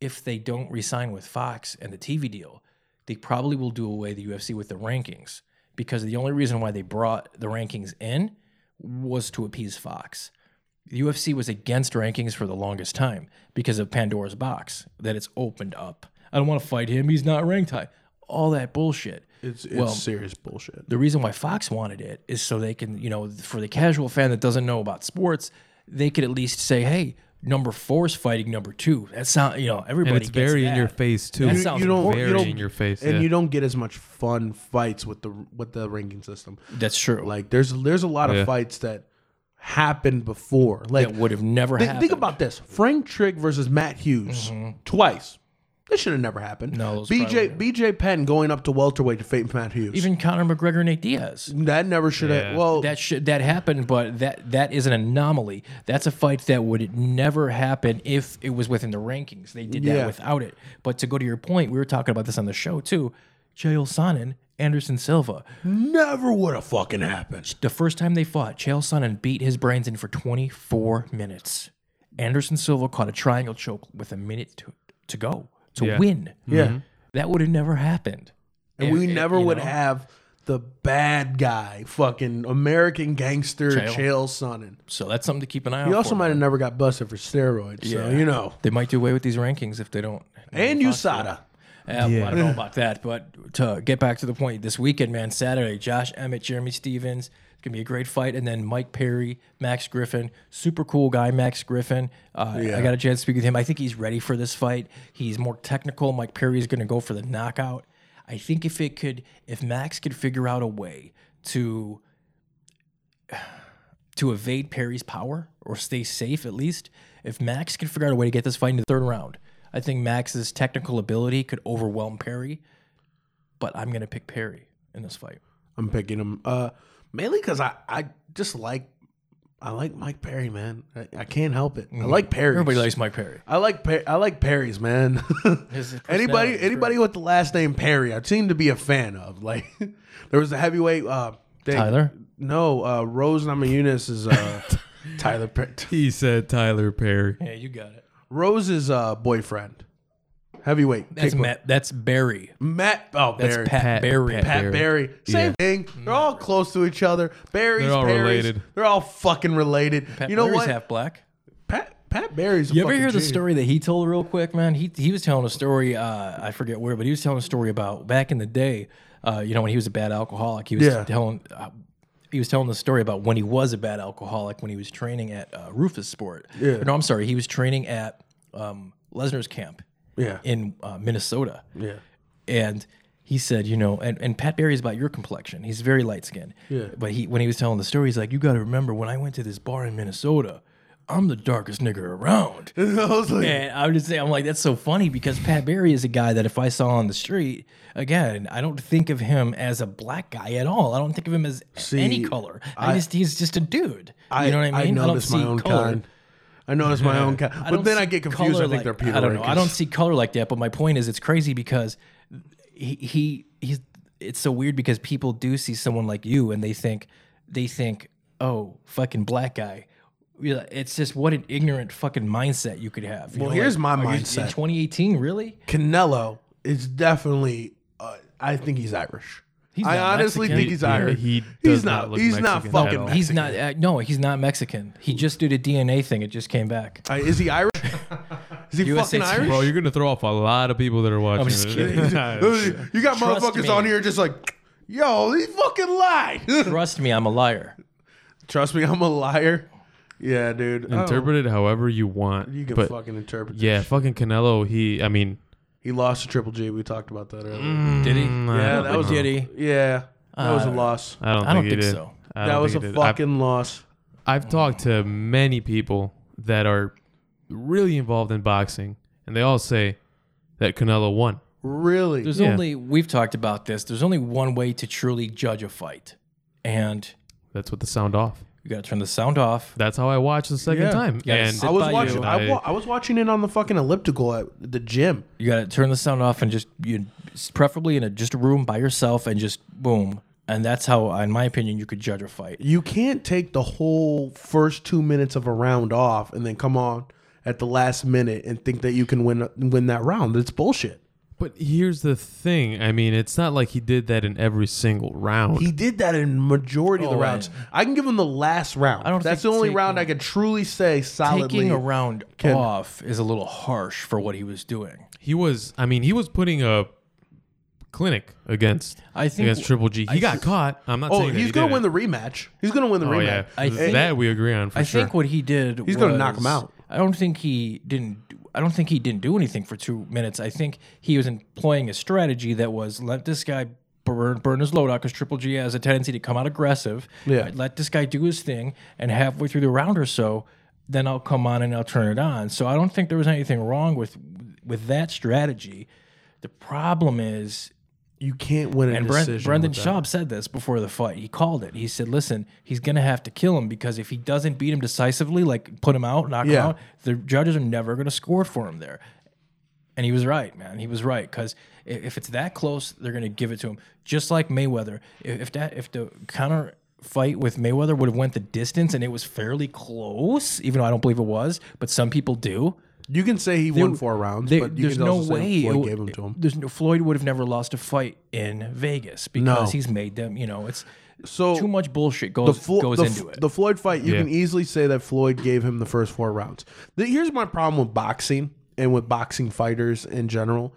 D: If they don't resign with Fox and the TV deal, they probably will do away the UFC with the rankings because the only reason why they brought the rankings in was to appease Fox. The UFC was against rankings for the longest time because of Pandora's box that it's opened up. I don't want to fight him. He's not ranked high. All that bullshit.
B: It's it's
D: Well-
B: serious bullshit.
D: The reason why Fox wanted it is so they can, you know, for the casual fan that doesn't know about sports, they could at least say, hey, number four is fighting number two. That sound, you know, everybody.
C: And it's
D: gets
C: very in
D: that.
C: your face too.
D: That sounds important.
C: very
B: you don't-
C: in your face.
B: and
C: yeah.
B: you don't get as much fun fights with the with the ranking system.
D: That's true. Like,
B: Like there's there's a lot of
C: Yeah.
B: fights that happened before. Like
D: that would have never
B: thi-
D: happened. Mm-hmm.
B: think about this: Frank Trigg versus Matt Hughes twice. This should have never happened.
D: No, it was probably-
B: BJ BJ Penn going up to welterweight to face Matt Hughes.
D: even Conor McGregor and Nate Diaz.
B: that never should have.
C: Yeah.
B: Well,
D: that should that happened, but that that is an anomaly. That's a fight that would never happen if it was within the rankings. They did that
B: Yeah.
D: without it. But to go to your point, we were talking about this on the show too. Chael Sonnen, Anderson Silva.
B: never would have fucking happened.
D: The first time they fought, Chael Sonnen beat his brains in for 24 minutes. Anderson Silva caught a triangle choke with a minute to, to go to
C: Yeah.
D: win.
B: Yeah,
D: That would have never happened.
B: and
D: It-
B: we
D: it-
B: never
D: you
B: would
D: know.
B: have the bad guy, fucking American gangster
D: Chael.
B: Chael, Sonnen.
D: So that's something to keep an eye on.
B: He also might have never got busted for steroids. So you know,
D: They might do away with these rankings if they don't.
B: and USADA.
D: Yeah, well, I don't know about that, but to get back to the point, this weekend, man, Saturday, Josh Emmett, Jeremy Stevens, it's gonna be a great fight, and then Mike Perry, Max Griffin, super cool guy, Max Griffin. Uh, I
B: Yeah.
D: got a chance to speak with him. I think he's ready for this fight. He's more technical. Mike Perry is gonna go for the knockout. I think if it could, if Max could figure out a way to to evade Perry's power or stay safe at least. If Max can figure out a way to get this fight in the third round, I think Max's technical ability could overwhelm Perry. But I'm gonna pick Perry in this fight.
B: I'm picking him. Uh, mainly because I, I just like I like Mike Perry, man. I, I can't help it. I like Perry.
D: Mm-hmm. Everybody likes Mike Perry.
B: I like per- I like Perry's man.
D: personality
B: anybody
D: is
B: anybody with the last name Perry, I seem to be a fan of. Like there was a heavyweight uh, thing.
D: Tyler?
B: No, uh, Rose Namajunas is uh, Tyler. Per-
C: he said Tyler Perry.
D: Yeah, you got it.
B: Rose's uh, boyfriend, heavyweight.
D: That's
B: kickboxer.
D: Matt, that's Barry.
B: Matt. Oh,
D: That's
B: Barry.
D: Pat,
C: Pat-
D: Barry.
C: Pat
B: Pat Barry. Same thing. They're all close to each other. Barry's,
C: They're all
B: Perry's,
C: related.
B: They're all fucking related.
D: Pat
B: you know
D: Barry's
B: what?
D: half black.
B: Pat Pat Barry's. A
D: You ever
B: fucking
D: hear the
B: genius.
D: story that he told real quick, man? He he was telling a story. Uh, I forget where, but he was telling a story about back in the day. Uh, you know, when he was a bad alcoholic, he was
B: Yeah.
D: telling uh, he was telling the story about when he was a bad alcoholic when he was training at uh, Rufus Sport.
B: Yeah.
D: No, I'm sorry, he was training at um, Lesnar's camp
B: Yeah.
D: in uh, Minnesota.
B: yeah.
D: And he said, you know, and, and Pat Barry's about your complexion. He's very light skinned.
B: Yeah.
D: But he when he was telling the story, he's like, You gotta remember when I went to this bar in Minnesota, I'm the darkest nigga around.
B: I was like,
D: And I'm just saying, I'm like, that's so funny because Pat Barry is a guy that if I saw on the street, again, I don't think of him as a black guy at all. I don't think of him as
B: See,
D: any color. I,
B: I-
D: just he's just a dude.
B: I,
D: you know what I mean?
B: I
D: don't
B: notice my
D: see
B: own
D: color.
B: kind. I notice my own kind.
D: I
B: But
D: don't
B: then
D: see
B: I get confused. I
D: color
B: think
D: like-
B: they're Peter
D: I don't know. I
B: Rankins.
D: don't see color like that. But my point is, it's crazy because he, he he's it's so weird because people do see someone like you and they think they think oh fucking black guy. Yeah, It's just what an ignorant fucking mindset you could have. You
B: Well,
D: know,
B: here's my
D: are you- in
B: mindset.
D: 2018, really?
B: Canelo is definitely. Uh, I think he's Irish.
D: He's
B: I
D: not
B: honestly
D: Mexican.
B: think he's
C: Yeah,
B: Irish.
C: he
B: he's
C: does not look
B: he's
C: Mexican
B: not
C: at
B: fucking.
C: all.
D: He's
B: Mexican.
D: not. Uh, no, he's not Mexican. He just did a DNA thing. It just came back.
B: Uh, is he Irish? Is he
D: USA
B: fucking Irish?
C: Bro, you're gonna throw off a lot of people that are watching.
D: just
C: this.
D: kidding.
B: you got
D: Trust
B: motherfuckers
D: me.
B: on here just like, yo, he fucking lied.
D: Trust me, I'm a liar.
B: Trust me, I'm a liar. Yeah, dude.
C: Interpret it however you want.
B: Oh, you can
C: but
B: fucking interpret.
C: yeah,
B: this.
C: fucking Canelo. He, I mean,
B: he lost to Triple G. We talked about that earlier.
C: Mm.
D: Did he?
B: Yeah,
C: I
B: that
C: don't
B: was
C: know.
B: Diddy. Yeah, that
D: Uh,
B: was a loss.
C: I don't,
D: I don't
C: think, he
D: think
C: did.
D: so.
C: I don't
B: That was a
C: think he did. I've-
B: fucking loss.
C: I've talked to many people that are really involved in boxing, and they all say that Canelo won.
B: Really?
D: There's
C: Yeah.
D: only we've talked about this. There's only one way to truly judge a fight, and
C: That's what the sound off.
D: you got to turn the sound off.
C: That's how I watched the second
B: Yeah.
C: time.
D: gotta
C: and
D: sit
B: I was
D: by
B: watching.
D: you.
B: I, wa- I was watching it on the fucking elliptical at the gym.
D: You got to turn the sound off and just you, preferably in a just a room by yourself and just boom. And that's how, in my opinion, you could judge a fight.
B: You can't take the whole first two minutes of a round off and then come on at the last minute and think that you can win win that round. That's bullshit.
C: but here's the thing. I mean, it's not like he did that in every single round.
B: He did that in majority of the
D: Oh,
B: rounds.
D: yeah.
B: I can give him the last round. I
D: don't
B: That's the
D: think
B: only
D: taking-
B: round I could truly say solidly.
D: Taking a round off is a little harsh for what he was doing.
C: he was. I mean, he was putting a clinic against
D: I think-
C: against Triple G. He
D: I
C: got
D: th-
C: caught. I'm not
B: Oh,
C: saying that
B: he's
C: he
B: gonna
C: didn't.
B: win the rematch. He's gonna win the
C: Oh
B: rematch.
C: yeah,
D: I think-
C: that we agree on for
D: I
C: sure.
D: think what he did
B: He's gonna knock him
D: was-
B: out.
D: I don't think he didn't do- I don't think he didn't do anything for 2 minutes. I think he was employing a strategy that was let this guy burn, burn his load out cuz Triple G has a tendency to come out aggressive.
B: Yeah.
D: Let this guy do his thing and halfway through the round or so then I'll come on and I'll turn it on. So I don't think there was anything wrong with with that strategy. The problem is
B: You can't win a
D: and Brent,
B: decision.
D: Brendan
B: with that.
D: Schaub said this before the fight. He called it. He said, "Listen, he's gonna have to kill him because if he doesn't beat him decisively, like put him out, knock him
B: Yeah.
D: out, the judges are never gonna score for him there." And he was right, man. He was right because if it's that close, they're gonna give it to him. Just like Mayweather, I- if that if the counter fight with Mayweather would have went the distance and it was fairly close, even though I don't believe it was, but some people do.
B: You can say he won four rounds,
D: There-
B: but you
D: there's
B: can
D: no
B: also
D: way
B: say
D: it
B: Floyd
D: w-
B: gave him to him.
D: There's no, Floyd would have never lost a fight in Vegas because he's made them. You know, it's
B: So
D: too much bullshit
B: the,
D: goes
B: Flo-
D: goes
B: the,
D: into it.
B: the Floyd fight, you
C: Yeah.
B: can easily say that Floyd gave him the first four rounds. The- here's my problem with boxing and with boxing fighters in general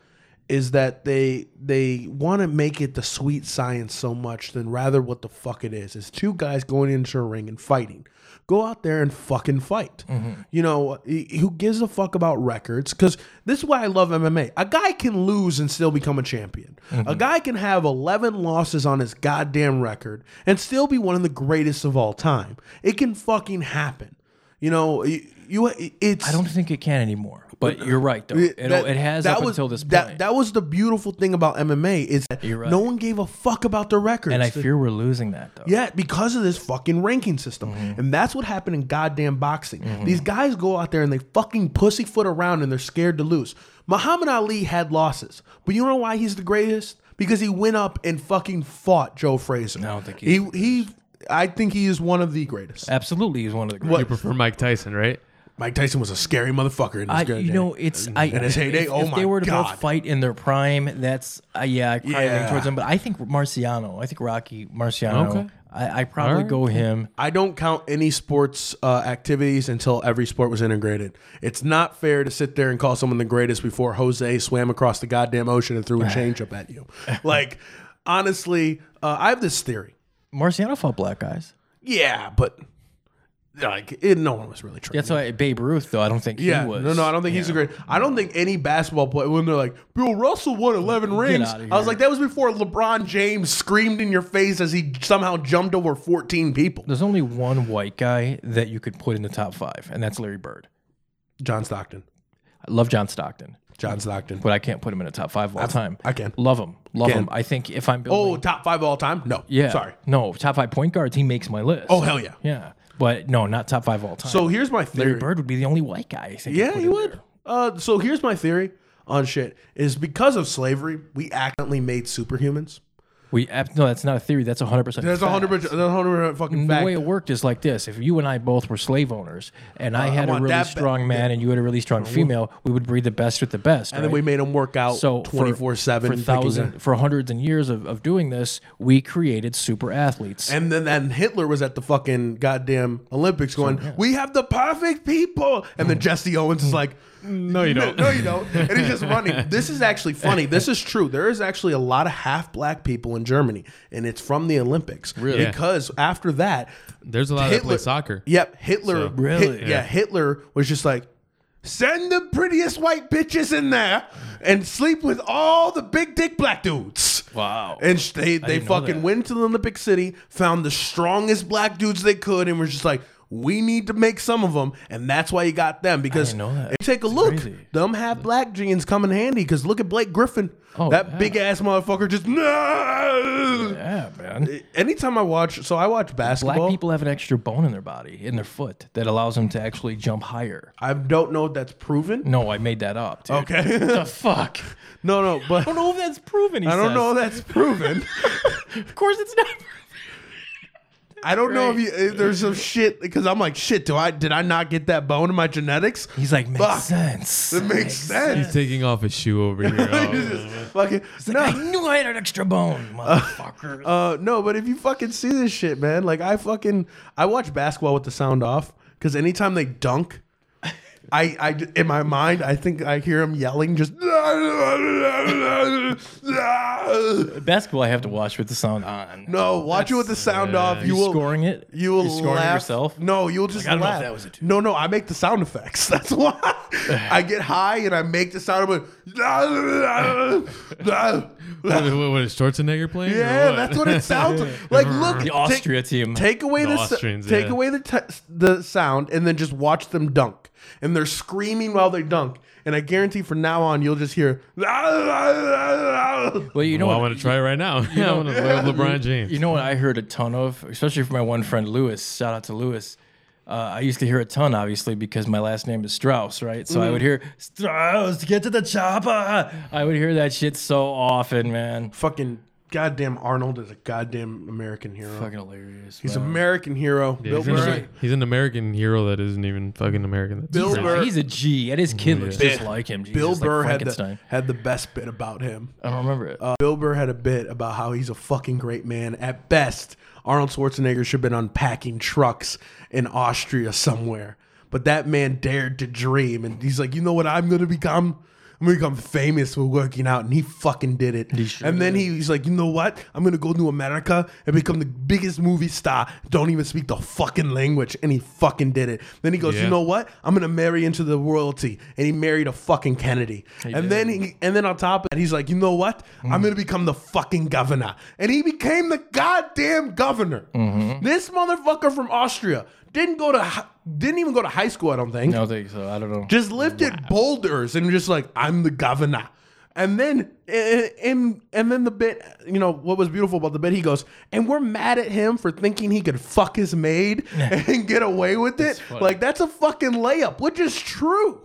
B: is that they they want to make it the sweet science so much than rather what the fuck it is. It's two guys going into a ring and fighting. Go out there and fucking fight.
D: Mm-hmm.
B: You know, y- who gives a fuck about records? Because this is why I love MMA. A guy can lose and still become a champion.
D: Mm-hmm.
B: A guy can have 11 losses on his goddamn record and still be one of the greatest of all time. It can fucking happen. You know, y- you, it's.
D: I don't think it can anymore. But you're right, though. It,
B: It-
D: will
B: that-
D: it has
B: that
D: up
B: was-
D: until this point.
B: That, that was the beautiful thing about MMA is that
D: You're right.
B: no one gave a fuck about the records.
D: and I
B: The-
D: fear we're losing that, though.
B: yeah, because of this fucking ranking system.
D: Mm-hmm.
B: And that's what happened in goddamn boxing. These guys go out there and they fucking pussyfoot around and they're scared to lose. Muhammad Ali had losses, but you know why he's the greatest? Because he went up and fucking fought Joe Fraser. I
D: don't think
B: he he. I think he is one of the greatest.
D: Absolutely, he's one of the
C: you
D: greatest.
C: prefer Mike Tyson, right?
B: Mike Tyson was a scary motherfucker in his
D: I,
B: good
D: you
B: day.
D: know, it's I.
B: And his heyday,
D: if,
B: oh
D: if
B: my
D: they were to
B: God.
D: both fight in their prime, that's uh, yeah, I probably lean
B: Yeah.
D: towards him. But I think Marciano, I think Rocky Marciano,
C: Okay.
D: I, I probably
C: Alright.
D: go him.
B: I don't count any sports uh, activities until every sport was integrated. It's not fair to sit there and call someone the greatest before Jose swam across the goddamn ocean and threw a change up at you. Like, honestly, uh, I have this theory.
D: Marciano fought black guys.
B: Yeah, but like it, no one was really training.
D: That's why Babe Ruth, though, I don't think
B: yeah,
D: he was.
B: no, no, I don't think he's a great. I don't think any basketball player. When they're like, Bill Russell won eleven rings,
D: outta
B: I was
D: here.
B: like, that was before LeBron James screamed in your face as he somehow jumped over fourteen people.
D: There's only one white guy that you could put in the top five, and that's Larry Bird.
B: John Stockton,
D: I love John Stockton,
B: John Stockton.
D: but I can't put him in the top five of all time.
B: I can.
D: Love him. Love
B: Can.
D: him. I think if I'm building.
B: Oh, top five of all time? No,
D: yeah.
B: sorry.
D: No, top five point guards, he makes my list.
B: Oh hell yeah.
D: Yeah. But no, not top five all time.
B: So here's my
D: Larry
B: theory.
D: Bird would be the only white guy. I think I'd
B: Yeah,
D: put
B: he
D: in
B: would.
D: there.
B: Uh, so here's my theory on shit is because of slavery, we accidentally made superhumans.
D: We ab- no, that's not a theory. That's 100. percent
B: That's a hundred percent. That's a hundred percent fucking
D: The
B: fact.
D: way it worked is like this: if you and I both were slave owners, and I had a
B: Uh, want
D: really
B: that ba-
D: strong man, and you had a really strong female, we would breed the best with the best.
B: and then we made them work out
D: so for-
B: twenty four seven
D: for thousand for hundreds and years of, of doing this, we created super athletes.
B: And then and Hitler was at the fucking goddamn Olympics going, "We have the perfect people." And then Jesse Owens is like, Mm. "No, you don't. No, you don't." And he's just running. This is actually funny. This is true. There is actually a lot of half black people in Germany, and it's from the Olympics.
C: Really?
B: Because after that,
C: There's a lot that play soccer.
B: Yep, Hitler.
C: So-
B: Really? yeah. Hitler was just like, send the prettiest white bitches in there and sleep with all the big dick black dudes.
D: Wow.
B: And sh- they they
D: didn't know
B: fucking
D: that.
B: went to the Olympic City, found the strongest black dudes they could, and were just like. We need to make some of them, and that's why you got them. Because
D: know that.
B: if you take a look,
D: crazy.
B: them have black genes come in handy. Because look at Blake Griffin,
D: Oh,
B: that
D: yeah.
B: big ass motherfucker just no.
D: yeah, man.
B: Anytime I watch, so I watch
D: Black
B: basketball.
D: people have an extra bone in their body, in their foot, that allows them to actually jump higher.
B: I don't know if that's proven.
D: No, I made that up.
B: Oh.
D: Dude.
B: Okay.
D: What the fuck?
B: no, no, but
D: I don't know if that's proven. He
B: I don't
D: says.
B: know if that's proven.
D: Of course, it's not.
B: I don't know if, you, if there's some shit because I'm like, shit. Do I did I not get that bone in my genetics?
D: He's like, makes
B: Fuck.
D: sense.
B: It makes sense.
C: Taking off his shoe over here.
B: It's
C: Oh,
B: just fucking
D: I
B: no.
D: knew I had an extra bone, motherfucker.
B: Uh, no, but if you fucking see this shit, man, like I fucking I watch basketball with the sound off because anytime they dunk, I, I in my mind I think I hear him yelling just.
D: Basketball, I have to watch with the sound on.
B: No, watch it with the sound off. You
D: you
B: will
D: scoring it?
B: You will
D: You're scoring it
B: laugh.
D: yourself?
B: No, you'll just
D: I don't know if
B: laugh.
D: that was a two.
B: No, no, I make the sound effects. That's why I get high and I make the sound of
C: what,
B: a.
C: what, what is Schwarzenegger playing? or
B: yeah,
C: what?
B: that's what it sounds like. Look,
D: The
B: take-
D: Austria team.
B: Take away
C: The
B: the, s-
C: Austrians,
B: take
C: yeah.
B: away the t- the sound and then just watch them dunk. And they're screaming while they dunk. And I guarantee from now on you'll just hear.
D: well, you know,
C: well, I
D: what,
C: want to try it right now. I want to play with LeBron James.
D: you know what I heard a ton of, especially from my one friend Lewis. Shout out to Lewis. Uh, I used to hear a ton, obviously, because my last name is Strauss, right? So I would
B: Mm.
D: hear Strauss, get to the chopper. I would hear that shit so often, man.
B: Fucking goddamn Arnold is a goddamn American hero.
D: Fucking hilarious.
B: He's
D: man.
B: American hero. Bill
C: he's, an,
B: Burr.
C: he's an American hero that isn't even fucking American. That's
B: Bill
C: crazy.
B: Burr.
D: He's a G, and his kid looks just like him. Jesus,
B: Bill
D: like
B: Burr had the,
D: Frankenstein.
B: had the best bit about him.
D: I don't remember it.
B: Uh, Bill Burr had a bit about how he's a fucking great man. At best, Arnold Schwarzenegger should have been unpacking trucks in Austria somewhere. But that man dared to dream. And he's like, you know what I'm going to become? I'm going to become famous for working out. And he fucking did it. and then he, he's like, you know what? I'm going to go to America and become the biggest movie star. Don't even speak the fucking language. And he fucking did it. Then he goes,
C: Yeah.
B: you know what? I'm going to marry into the royalty. And he married a fucking Kennedy. and then he, and then on top of that, he's like, you know what? I'm gonna become the fucking governor. And he became the goddamn governor. This motherfucker from Austria didn't go to hi- didn't even go to high school. I don't think.
D: I don't think so. I don't know.
B: Just lifted boulders and just like I'm the governor. And then eh, and and then the bit, you know, what was beautiful about the bit, he goes, and we're mad at him for thinking he could fuck his maid and get away with it. Like that's a fucking layup, which is true.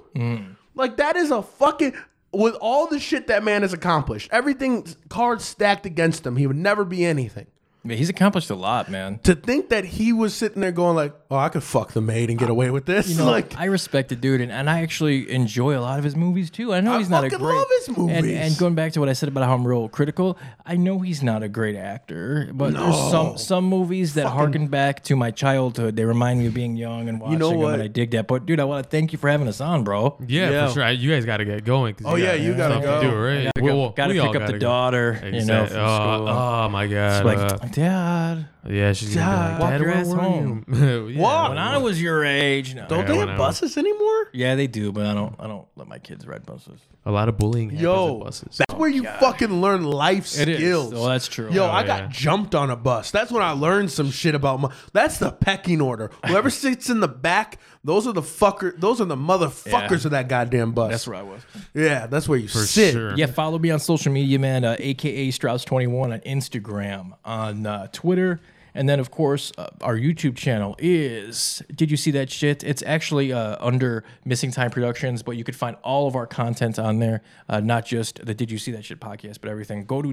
B: Like that is a fucking with all the shit that man has accomplished, everything cards stacked against him, he would never be anything.
D: Man, he's accomplished a lot, man.
B: To think that he was sitting there going like, "Oh, I could fuck the maid and get away with this,"
D: You know,
B: like
D: I respect the dude, and, and I actually enjoy a lot of his movies too. I know
B: I
D: he's not a
B: fucking
D: great.
B: love his
D: And,
B: movies.
D: and going back to what I said about how I'm real critical, I know he's not a great actor, but there's some some movies that harken back to my childhood. They remind me of being young and watching
B: know
D: them,
B: what?
D: and I dig that. But dude, I want to thank you for having us on, bro.
C: Yeah,
B: Yeah.
C: for sure. I, you guys got to get going. 'cause
B: Oh, yeah, you gotta
C: stuff to
B: go.
C: do, right?
D: Gotta
C: We-
D: go-
C: well,
D: gotta
C: we all
D: pick up the
C: go.
D: daughter, you know,
C: Exact-
D: from
C: oh,
D: school.
C: oh, my god.
D: It's like
C: uh,
D: I'm Dad,
C: Yeah, she's gonna be
D: Walk
C: like, Dad,
D: your
C: where
D: ass
C: were
D: home."
C: you? Yeah,
B: Walk.
C: when
D: when
C: I-
D: I was your age, no.
B: Don't
C: Yeah,
B: they
C: when
B: have
C: I-
B: buses anymore?
D: Yeah, they do, but I don't. I don't let my kids ride buses.
C: A lot of bullying happens
B: Yo,
C: at buses.
B: that's where you fucking learn life
C: It is.
B: skills.
D: Oh, that's true.
B: Yo,
D: Oh,
B: I got
C: yeah.
B: jumped on a bus. That's when I learned some shit about my. That's the pecking order. Whoever sits in the back, those are the fucker. Those are the motherfuckers
D: Yeah.
B: of that goddamn bus.
D: That's where I was.
B: Yeah, that's where you
C: for
B: sit.
C: sure.
D: Yeah, follow me on social media, man. Uh, AKA Strauss21 on Instagram, on uh, Twitter, and then of course uh, our YouTube channel is. Did you see that shit? It's actually uh, under Missing Time Productions, but you could find all of our content on there, uh, not just the Did You See That Shit podcast, but everything. Go to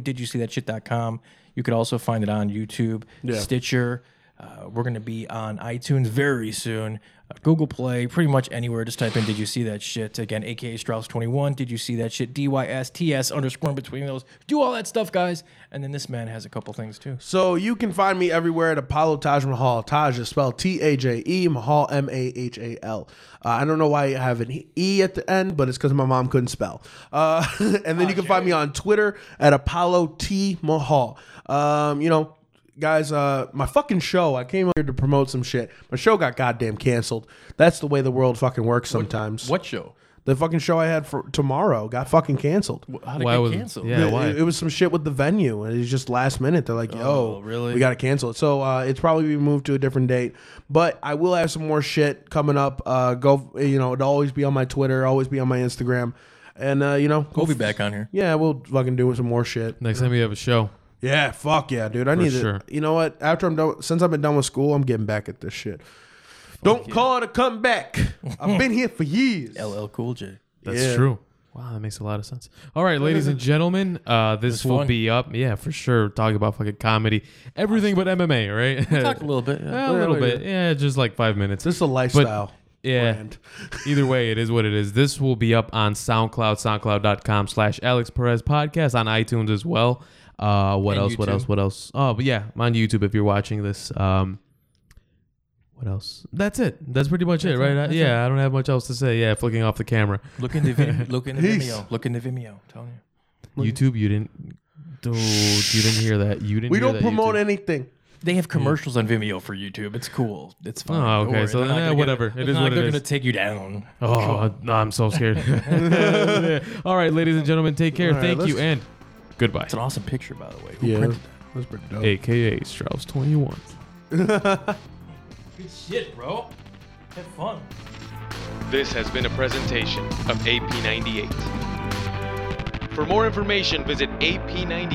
D: DidYouSeeThatShit.com. You could also find it on YouTube, Stitcher. Uh, we're going to be on iTunes very soon, uh, Google Play, pretty much anywhere. Just type in "Did you see that shit?" Again, AKA Strauss twenty one. Did you see that shit? D Y S T S underscore in between those. Do all that stuff, guys. And then this man has a couple things too.
B: So you can find me everywhere at Apollo Taj Mahal. Taj is spelled T A J E Mahal M A H A L. Uh, I don't know why I have an E at the end, but it's because my mom couldn't spell. Uh, and
D: Ah,
B: then you can find me on Twitter at Apollo T Mahal. Um, you know, guys, uh, my fucking show. I came here to promote some shit. My show got goddamn canceled. That's the way the world fucking works sometimes.
D: What show?
B: the fucking show I had for tomorrow got fucking canceled.
D: How did
C: Why
D: it
C: was-
D: get canceled?
C: yeah.
B: It-
C: why?
B: It, was some shit with the venue, and it's just last minute. They're like, "Yo,
C: Oh,
D: really?
B: We got to cancel it." So uh, it's probably be moved to a different date. But I will have some more shit coming up. Uh, go, you know, it'll always be on my Twitter, always be on my Instagram, and uh, you know,
D: We'll be back on here.
B: Yeah, we'll fucking do some more shit.
C: Next time you have a show,
B: Yeah, fuck yeah, dude. I need
C: sure.
B: it. You know what? After I'm done, since I've been done with school, I'm getting back at this shit. Don't call it a comeback. I've been here for years.
D: LL Cool J.
C: that's
B: Yeah.
C: true. Wow, that makes a lot of sense. All right, ladies and gentlemen, uh, this will
D: fun.
C: be up. Yeah, for sure. Talking about fucking comedy, everything but MMA, right?
D: Talk a little bit. yeah.
C: Yeah, a little
B: Yeah, yeah.
C: bit. Yeah, just like five minutes.
B: This is a lifestyle.
C: yeah.
B: brand.
C: Either way, it is what it is. This will be up on SoundCloud, soundcloud.com slash Alex Perez Podcast on iTunes as well. Uh, what
D: And
C: else? What
D: YouTube.
C: else? What else? Oh, but yeah, on YouTube if you're watching this. Um, what else? That's it. That's pretty much it, right? I- yeah, I don't have much else to say. Yeah, flicking off the camera.
D: Look into Vimeo. Look into
B: Peace.
D: Vimeo. Look into Vimeo. I'm telling you.
C: YouTube, you didn't. Dude, you didn't hear that. You didn't.
B: We
C: hear
B: don't
C: that,
B: promote
C: YouTube.
B: anything.
D: They have commercials on Vimeo for YouTube. It's cool. It's fine.
C: Oh,
D: Don't
C: okay.
D: worry.
C: So
D: They're not
C: then, eh,
D: gonna get-
C: whatever. It
D: they're
C: is
D: not-
C: what it
D: They're
C: is.
D: gonna take you down.
C: Oh, no, I'm so scared. All right, ladies and gentlemen, take care.
B: All right,
C: Thank you and
B: let's-
C: goodbye.
D: It's an awesome picture, by the way. Who
B: Yeah,
D: printed
B: that's pretty dope.
C: AKA Strauss 21.
D: Good shit, bro. Have fun.
A: This has been a presentation of AP98. For more information, visit ap98.co.